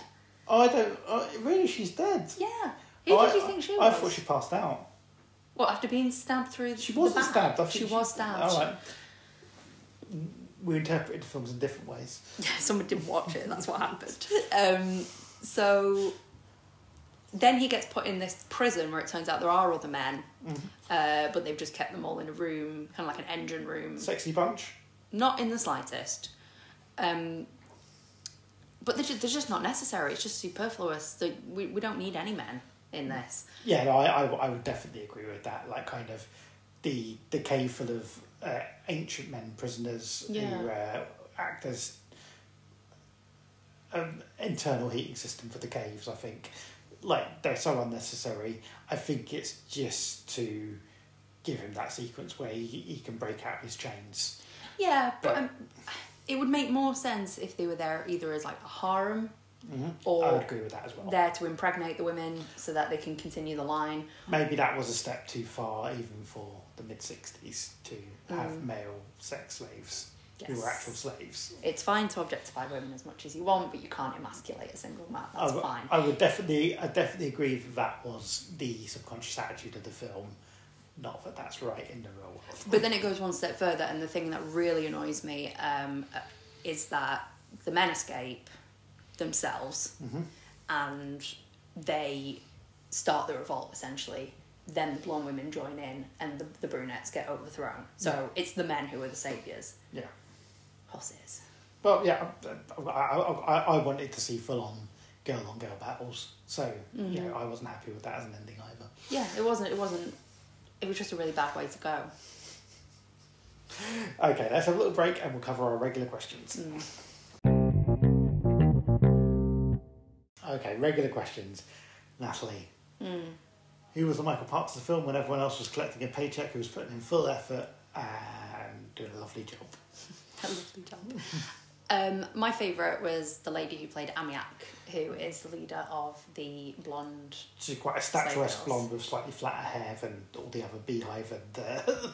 Speaker 1: Oh, I don't. Oh, really, she's dead.
Speaker 2: Yeah. Who
Speaker 1: Oh,
Speaker 2: did
Speaker 1: I-
Speaker 2: you think she
Speaker 1: I
Speaker 2: was?
Speaker 1: thought she passed out.
Speaker 2: Well, after being stabbed through
Speaker 1: She
Speaker 2: the
Speaker 1: wasn't
Speaker 2: back.
Speaker 1: stabbed. I think
Speaker 2: she, was stabbed.
Speaker 1: All right. We interpreted films in different ways.
Speaker 2: Someone didn't watch it. That's what happened. Um, so then he gets put in this prison where it turns out there are other men,
Speaker 1: Mm-hmm.
Speaker 2: uh, but they've just kept them all in a room, kind of like an engine room.
Speaker 1: Sexy bunch.
Speaker 2: Not in the slightest. Um, but they're just, they're just not necessary. It's just superfluous. They, we,
Speaker 1: Mm-hmm.
Speaker 2: we don't need any men in this.
Speaker 1: Yeah, no, I, I, I would definitely agree with that. Like, kind of the the cave full of uh, ancient men prisoners who uh,
Speaker 2: Yeah.
Speaker 1: act as an internal heating system for the caves. I think like they're so unnecessary. I think it's just to give him that sequence where he, he can break out his chains.
Speaker 2: Yeah, but
Speaker 1: But-
Speaker 2: um, it would make more sense if they were there either as like a harem or
Speaker 1: Mm-hmm. I would agree with that as well.
Speaker 2: there to impregnate the women so that they can continue the line.
Speaker 1: Maybe that was a step too far, even for the mid '60s, to have male sex slaves who
Speaker 2: Mm. Yes.
Speaker 1: were actual slaves.
Speaker 2: It's fine to objectify women as much as you want, but you can't emasculate a single man. That's
Speaker 1: I, w-
Speaker 2: fine.
Speaker 1: Oh, I would definitely, I definitely agree that that was the subconscious attitude of the film. Not that that's right in the real world.
Speaker 2: But then it goes one step further, and the thing that really annoys me um, uh, is that the men escape themselves and they start the revolt essentially. Then the blonde women join in, and the, the brunettes get overthrown. So it's the men who are the saviors.
Speaker 1: Yeah.
Speaker 2: Horses.
Speaker 1: Well, yeah, I, I, I, I wanted to see full on girl on girl battles, so you know I wasn't happy with that as an ending either.
Speaker 2: Yeah, it wasn't. It wasn't. It was just a really bad way to go.
Speaker 1: Okay, let's have a little break and we'll cover our regular questions. Okay, regular questions. Natalie, who was the Michael Parks of the film when everyone else was collecting a paycheck who was putting in full effort and doing a lovely job?
Speaker 2: A lovely job. Um, my favourite was the lady who played Amiak, who is the leader of the blonde
Speaker 1: She's quite a statuesque
Speaker 2: girls.
Speaker 1: blonde with slightly flatter hair than all the other beehive and uh,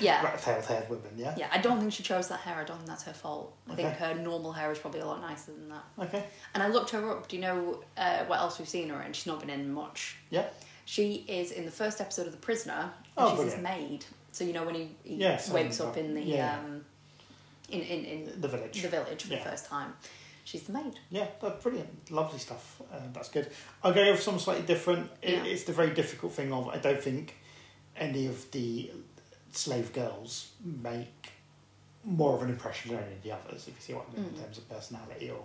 Speaker 2: Yeah.
Speaker 1: rat-tailed haired women, yeah?
Speaker 2: Yeah, I don't think she chose that hair. I don't think that's her fault. I think
Speaker 1: Okay.
Speaker 2: her normal hair is probably a lot nicer than that.
Speaker 1: Okay,
Speaker 2: And I looked her up. Do you know uh, what else we've seen her in? She's not been in much.
Speaker 1: yeah.
Speaker 2: She is in the first episode of The Prisoner. And
Speaker 1: Oh,
Speaker 2: she's his
Speaker 1: brilliant.
Speaker 2: maid. So you know when he, he
Speaker 1: Yes, I
Speaker 2: wakes
Speaker 1: remember.
Speaker 2: up in the
Speaker 1: Yeah.
Speaker 2: um, in, in, in
Speaker 1: The village.
Speaker 2: the village for
Speaker 1: Yeah.
Speaker 2: the first time. She's the maid.
Speaker 1: Yeah, that's brilliant. Lovely stuff. Uh, that's good. I'll go with something slightly different. It,
Speaker 2: Yeah.
Speaker 1: It's the very difficult thing of I don't think any of the slave girls make more of an impression than any of the others, if you see what I mean, in terms of personality or.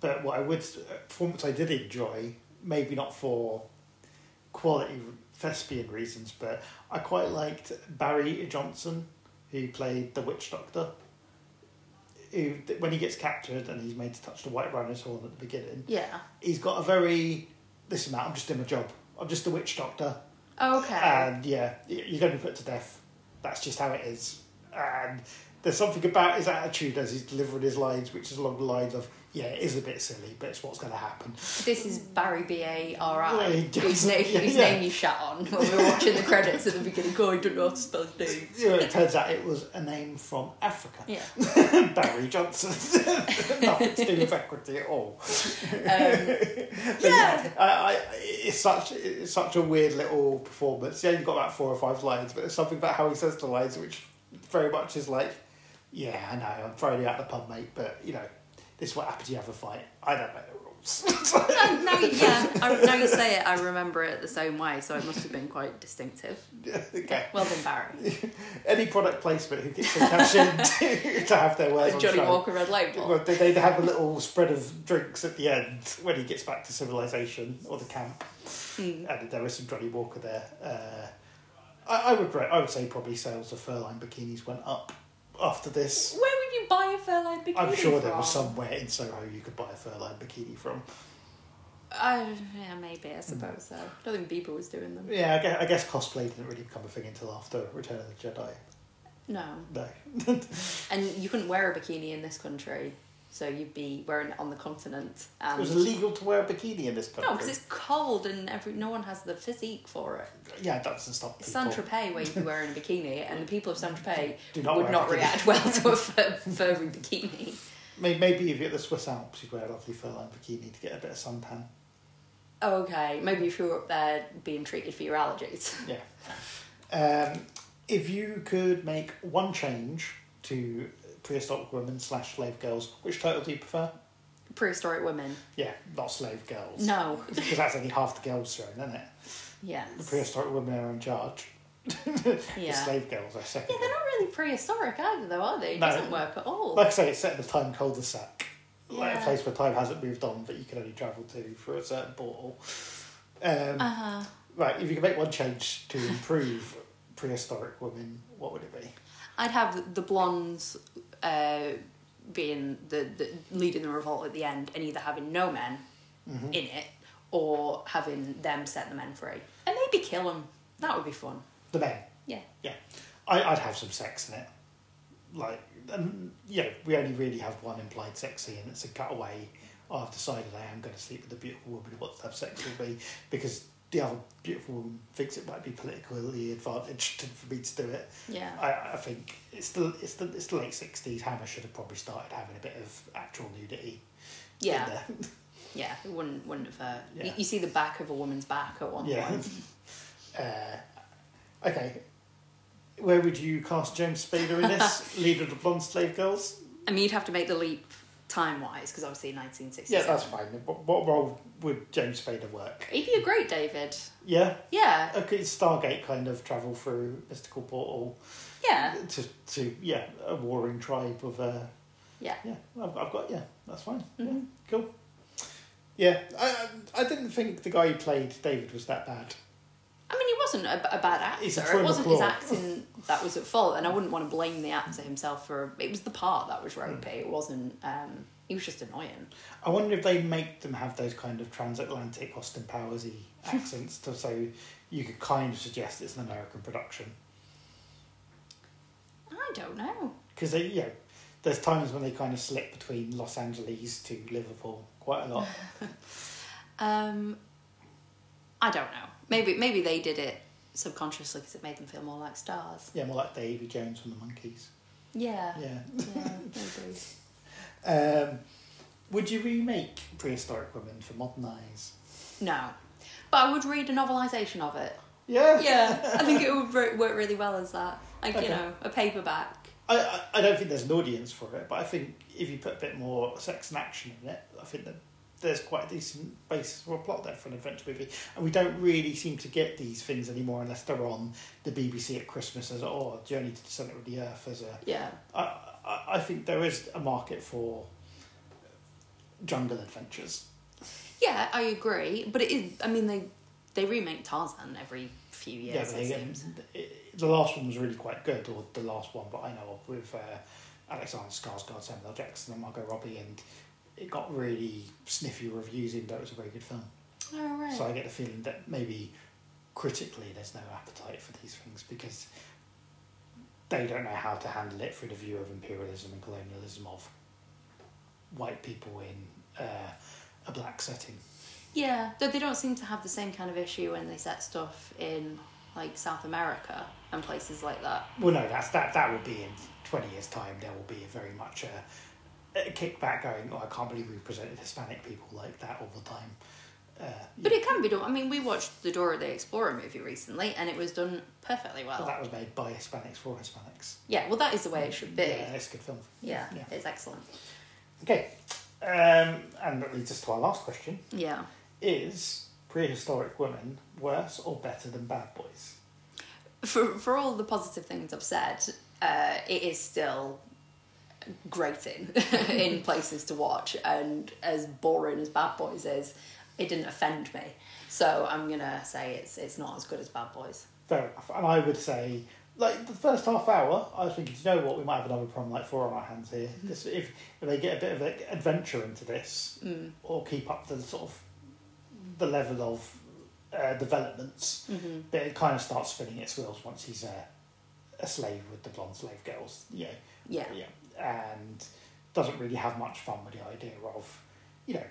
Speaker 1: But what I would, a performance I did enjoy, maybe not for quality thespian reasons, but I quite liked Barry Johnson, who played the witch doctor. Who, when he gets captured and he's made to touch the white rhinoceros horn at the beginning,
Speaker 2: Yeah.
Speaker 1: he's got a very listen, Matt. I'm just doing my job. I'm just a witch doctor,
Speaker 2: Okay.
Speaker 1: and yeah, y- you're going to be put to death. That's just how it is. And there's something about his attitude as he's delivering his lines, which is along the lines of, "Yeah, it is a bit silly, but it's what's going to happen."
Speaker 2: This is Barry B A R
Speaker 1: Well,
Speaker 2: I,
Speaker 1: he
Speaker 2: whose
Speaker 1: does-
Speaker 2: name,
Speaker 1: yeah,
Speaker 2: whose
Speaker 1: yeah.
Speaker 2: name you shat on when we were watching the credits at the beginning. God, I don't know how to spell his name.
Speaker 1: You know, it turns out it was a name from Africa.
Speaker 2: Yeah.
Speaker 1: Barry Johnson. Nothing to do with equity at all. But
Speaker 2: yeah.
Speaker 1: I, I, it's such it's such a weird little performance. Yeah, you've got about four or five lines, but there's something about how he says the lines which very much is like, yeah, I know, I'm throwing you out the pub, mate, but you know, this is what happens. You have a fight. I don't know the rules.
Speaker 2: No, now, you- yeah, I, now you say it, I remember it the same way, so it must have been quite distinctive.
Speaker 1: okay.
Speaker 2: Well done, Barry.
Speaker 1: Any product placement who gets captioned to, to have their words on
Speaker 2: Johnny
Speaker 1: show.
Speaker 2: Walker Red Label.
Speaker 1: Well, they, they have a little spread of drinks at the end when he gets back to civilization or the camp, and there is some Johnny Walker there. Uh, I, I would re- I would say probably sales of furline bikinis went up after this.
Speaker 2: Where would you buy a fur-lined bikini
Speaker 1: I'm sure there was
Speaker 2: from?
Speaker 1: somewhere in Soho you could buy a furline bikini from.
Speaker 2: Uh, yeah, maybe, I suppose so. I don't think Bieber was doing them.
Speaker 1: Yeah, I guess, I guess cosplay didn't really become a thing until after Return of the Jedi.
Speaker 2: No.
Speaker 1: No,
Speaker 2: And you couldn't wear a bikini in this country, so you'd be wearing it on the continent.
Speaker 1: it
Speaker 2: And...
Speaker 1: was illegal to wear a bikini in this country.
Speaker 2: No, because Oh, it's cold and every no one has the physique for it.
Speaker 1: yeah, that doesn't stop people.
Speaker 2: San Tropez, where you'd be wearing a bikini, and the people of San Tropez
Speaker 1: Mm. Do not
Speaker 2: would
Speaker 1: wear a
Speaker 2: not
Speaker 1: bikini.
Speaker 2: react well to a fur- furry bikini.
Speaker 1: May- Maybe if you're at the Swiss Alps, you'd wear a lovely furline bikini to get a bit of suntan.
Speaker 2: Okay, maybe if you were up there being treated for your allergies.
Speaker 1: Yeah. Um, if you could make one change to prehistoric women slash slave girls, which title do you prefer?
Speaker 2: Prehistoric women.
Speaker 1: Yeah, not slave girls.
Speaker 2: No.
Speaker 1: Because that's only half the girls thrown, isn't it?
Speaker 2: Yes.
Speaker 1: The prehistoric women are in charge. The
Speaker 2: yeah.
Speaker 1: slave girls are second.
Speaker 2: Yeah, they're not really prehistoric either, though, are they? It
Speaker 1: No.
Speaker 2: doesn't work at all.
Speaker 1: Like I say, it's set in the time cul-de-sac. Like a
Speaker 2: Yeah.
Speaker 1: place where time hasn't moved on, but you can only travel to for a certain portal. Um,
Speaker 2: uh huh.
Speaker 1: Right, if you can make one change to improve prehistoric woman, what would it be?
Speaker 2: I'd have the blondes uh, being the, the leading the revolt at the end, and either having no men
Speaker 1: Mm-hmm.
Speaker 2: in it or having them set the men free, and maybe kill them. That would be fun.
Speaker 1: The men.
Speaker 2: Yeah.
Speaker 1: Yeah, I, I'd have some sex in it. Like, and yeah, we only really have one implied sex scene. It's a cutaway. I've decided I am going to sleep with a beautiful woman who wants to have sex with me because the other beautiful woman thinks it might be politically advantaged for me to do it.
Speaker 2: Yeah.
Speaker 1: I, I think it's the it's the it's the late sixties. Hammer should have probably started having a bit of actual nudity. in
Speaker 2: Yeah.
Speaker 1: there.
Speaker 2: Yeah, it wouldn't wouldn't have hurt. Y-
Speaker 1: Yeah.
Speaker 2: You, see the back of a woman's back at one
Speaker 1: Yeah.
Speaker 2: point.
Speaker 1: Uh, okay. Where would you cast James Spader in this? Leader of the Blonde Slave Girls?
Speaker 2: I mean, you'd have to make the leap time wise because obviously 1960.
Speaker 1: Yeah, that's fine. What, what role would James Spader work?
Speaker 2: He'd be a great David.
Speaker 1: Yeah,
Speaker 2: Yeah,
Speaker 1: okay, it's Stargate kind of travel through mystical portal
Speaker 2: yeah,
Speaker 1: to to yeah a warring tribe of uh
Speaker 2: yeah.
Speaker 1: yeah I've, I've got yeah that's fine yeah cool Mm-hmm. yeah I I I didn't think the guy who played David was that bad
Speaker 2: I mean, he wasn't a, a bad actor.
Speaker 1: He's a
Speaker 2: It wasn't his
Speaker 1: criminal.
Speaker 2: acting that was at fault, and I wouldn't want to blame the actor himself for. It was the part that was ropey.
Speaker 1: Hmm.
Speaker 2: It wasn't. Um, he was just annoying.
Speaker 1: I wonder if they make them have those kind of transatlantic Austin Powersy accents to so you could kind of suggest it's an American production.
Speaker 2: I don't know.
Speaker 1: because they you know, there's times when they kind of slip between Los Angeles to Liverpool quite a lot.
Speaker 2: Um, I don't know. Maybe maybe they did it subconsciously because it made them feel more like stars.
Speaker 1: yeah, more like Davy Jones from the Monkeys.
Speaker 2: Yeah.
Speaker 1: Yeah.
Speaker 2: yeah maybe.
Speaker 1: Um, would you remake Prehistoric Women for modern eyes?
Speaker 2: No. But I would read a novelisation of it.
Speaker 1: Yeah.
Speaker 2: Yeah, I think it would re- work really well as that. Like,
Speaker 1: Okay.
Speaker 2: you know, a paperback.
Speaker 1: I, I, I don't think there's an audience for it, but I think if you put a bit more sex and action in it, I think that there's quite a decent basis for a plot there for an adventure movie. And we don't really seem to get these things anymore unless they're on the BBC at Christmas as or Journey to the Centre of the Earth as a
Speaker 2: Yeah.
Speaker 1: I, I- I think there is a market for jungle adventures.
Speaker 2: Yeah, I agree. But it is, I mean, they they remake Tarzan every few years,
Speaker 1: they-
Speaker 2: it seems.
Speaker 1: it- the last one was really quite good, or the last one that I know of with uh, Alexander Skarsgård, Samuel L. Jackson, and Margot Robbie, and it got really sniffy reviews, even though it was a very good film.
Speaker 2: Oh, right.
Speaker 1: So I get the feeling that maybe critically there's no appetite for these things because they don't know how to handle it through the view of imperialism and colonialism of white people in uh, a black setting.
Speaker 2: Yeah, though they don't seem to have the same kind of issue when they set stuff in, like, South America and places like that.
Speaker 1: Well, no, that's that. That will be in twenty years' time. There will be a very much a, a kickback going. Oh, I can't believe we presented Hispanic people like that all the time. Uh,
Speaker 2: But it can be done. I mean, we watched the Dora the Explorer movie recently and it was done perfectly well.
Speaker 1: but that was made by Hispanics for Hispanics.
Speaker 2: yeah, well, that is the way it should be.
Speaker 1: Yeah, it's a good film.
Speaker 2: Yeah,
Speaker 1: Yeah.
Speaker 2: it's excellent.
Speaker 1: Okay, um, and that leads us to our last question.
Speaker 2: Yeah.
Speaker 1: is prehistoric women worse or better than bad boys?
Speaker 2: For, for all the positive things I've said, uh, it is still grating in places to watch, and as boring as Bad Boys is, it didn't offend me. So I'm gonna say it's it's not as good as Bad Boys.
Speaker 1: Fair enough. And I would say, like the first half hour, I was thinking, "Do you know what, we might have another problem like four on our hands here. This, if, if they get a bit of like, adventure into this, or keep up the sort of the level of uh, developments, but it kind of starts spinning its wheels once he's a, a slave with the blonde slave girls. Yeah,
Speaker 2: Yeah.
Speaker 1: yeah, and doesn't really have much fun with the idea of, you know,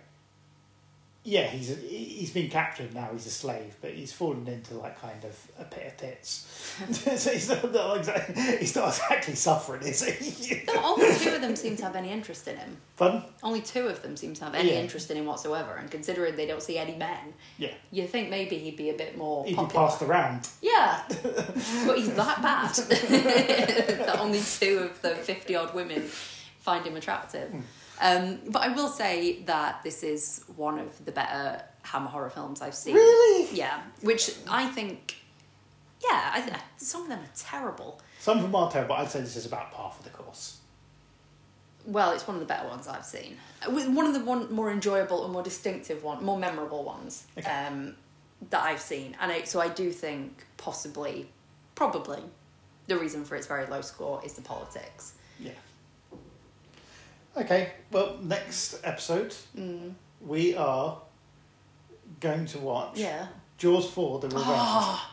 Speaker 1: yeah, he's a, he- he's been captured now. He's a slave, but he's fallen into like kind of a pit of tits. so he's not, not exactly he's not exactly suffering, is he?
Speaker 2: No, only two of them seem to have any interest in him.
Speaker 1: Fun,
Speaker 2: Only two of them seem to have any
Speaker 1: Yeah.
Speaker 2: interest in him whatsoever, and considering they don't see any men,
Speaker 1: yeah.
Speaker 2: you think maybe he'd be a bit more
Speaker 1: He'd be
Speaker 2: popular.
Speaker 1: passed around.
Speaker 2: Yeah, but he's that bad that only two of the 50 odd women find him attractive. Um, but I will say that this is one of the better Hammer horror films I've seen.
Speaker 1: Really?
Speaker 2: Yeah, which I think, yeah, I, I- some of them are terrible.
Speaker 1: Some of them are terrible. I'd say this is about par for the course.
Speaker 2: Well, it's one of the better ones I've seen. Uh, with- One of the one more enjoyable and more distinctive one, more memorable ones
Speaker 1: Okay.
Speaker 2: um, that I've seen, and I, so I do think possibly probably the reason for its very low score is the politics.
Speaker 1: Yeah. Okay, well, next episode,
Speaker 2: Mm.
Speaker 1: we are going to watch
Speaker 2: Yeah.
Speaker 1: Jaws 4 The Revenge.
Speaker 2: Oh.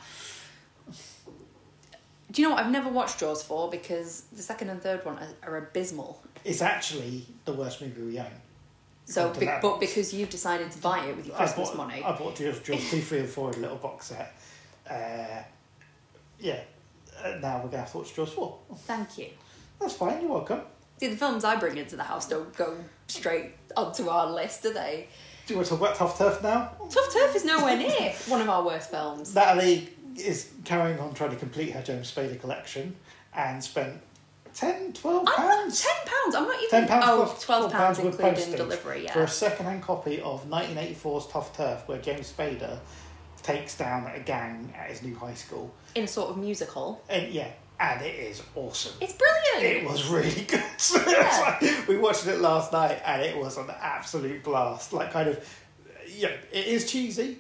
Speaker 2: Do you know what? I've never watched Jaws 4 because the second and third one are, are abysmal.
Speaker 1: It's actually the worst movie we own.
Speaker 2: So,
Speaker 1: Come to
Speaker 2: be,
Speaker 1: that
Speaker 2: but
Speaker 1: box.
Speaker 2: because you've decided to buy it with your
Speaker 1: I
Speaker 2: Christmas
Speaker 1: bought,
Speaker 2: money,
Speaker 1: I bought Jaws, Jaws 2, 3, and 4 in a little box set. Uh, yeah, Uh, now we're going to have to watch Jaws 4.
Speaker 2: thank you.
Speaker 1: That's fine, you're welcome.
Speaker 2: See, the films I bring into the house don't go straight onto our list, do they?
Speaker 1: Do you want to talk about Tough Turf now?
Speaker 2: Tough Turf is nowhere near one of our worst films.
Speaker 1: Natalie is carrying on trying to complete her James Spader collection and spent 10, 12
Speaker 2: I'm not,
Speaker 1: pounds.
Speaker 2: ten pounds. I'm not even.
Speaker 1: £10 pounds
Speaker 2: oh,
Speaker 1: plus
Speaker 2: twelve pounds,
Speaker 1: worth
Speaker 2: including
Speaker 1: postage
Speaker 2: delivery. Yeah.
Speaker 1: For a second-hand copy of 1984's Tough Turf, where James Spader takes down a gang at his new high school.
Speaker 2: in a sort of musical.
Speaker 1: And yeah, and it is awesome.
Speaker 2: It's brilliant.
Speaker 1: It was really good. So it's
Speaker 2: Yeah.
Speaker 1: like- we watched it last night and it was an absolute blast. Like, kind of, yeah, it is cheesy.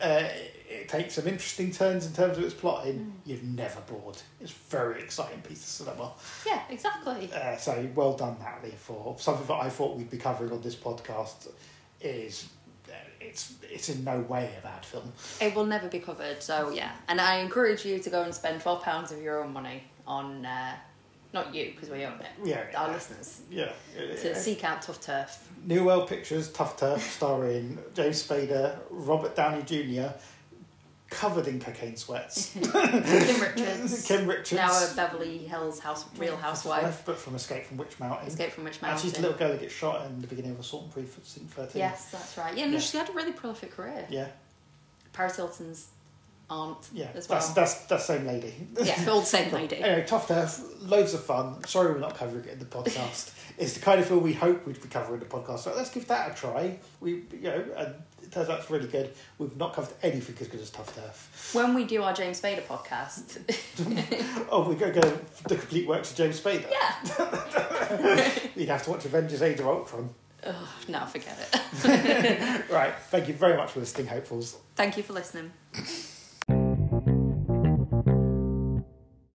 Speaker 1: Uh, it takes some interesting turns in terms of its plotting.
Speaker 2: Mm.
Speaker 1: You're never bored. It's a very exciting piece of cinema.
Speaker 2: yeah, exactly.
Speaker 1: Uh, so well done, Natalie, for something that I thought we'd be covering on this podcast. Is uh, it's it's in no way a bad film.
Speaker 2: It will never be covered. So yeah, and I encourage you to go and spend twelve pounds of your own money on, uh, not you because we own it.
Speaker 1: Yeah,
Speaker 2: Our
Speaker 1: yeah.
Speaker 2: listeners
Speaker 1: Yeah.
Speaker 2: to seek out Tough Turf.
Speaker 1: New World Pictures, Tough Turf, starring James Spader, Robert Downey Jr., covered in cocaine sweats.
Speaker 2: Kim Richards.
Speaker 1: Kim Richards.
Speaker 2: Now a Beverly Hills house, Real Housewife.
Speaker 1: But from Escape from Witch Mountain.
Speaker 2: Escape from Witch
Speaker 1: And
Speaker 2: Mountain.
Speaker 1: she's the little girl that gets shot in the beginning of Assault and Precinct 13.
Speaker 2: Yes, that's right. Yeah, no,
Speaker 1: Yeah.
Speaker 2: she had a really prolific career.
Speaker 1: Yeah,
Speaker 2: Paris Hilton's aunt
Speaker 1: yeah.
Speaker 2: as well.
Speaker 1: that's, that's, that's the same lady.
Speaker 2: yeah, old same lady.
Speaker 1: Anyway, Tough Turf, loads of fun. Sorry we're not covering it in the podcast. it's the kind of film we hope we'd be covering in the podcast. So let's give that a try. We, you know, and it turns out it's really good. We've not covered anything as good as Tough Turf.
Speaker 2: When we do our James Spader podcast,
Speaker 1: Oh, we're going to go the complete works of James Spader.
Speaker 2: yeah.
Speaker 1: You'd have to watch Avengers Age of Ultron.
Speaker 2: No, forget it.
Speaker 1: Right, thank you very much for listening, hopefuls.
Speaker 2: Thank you for listening.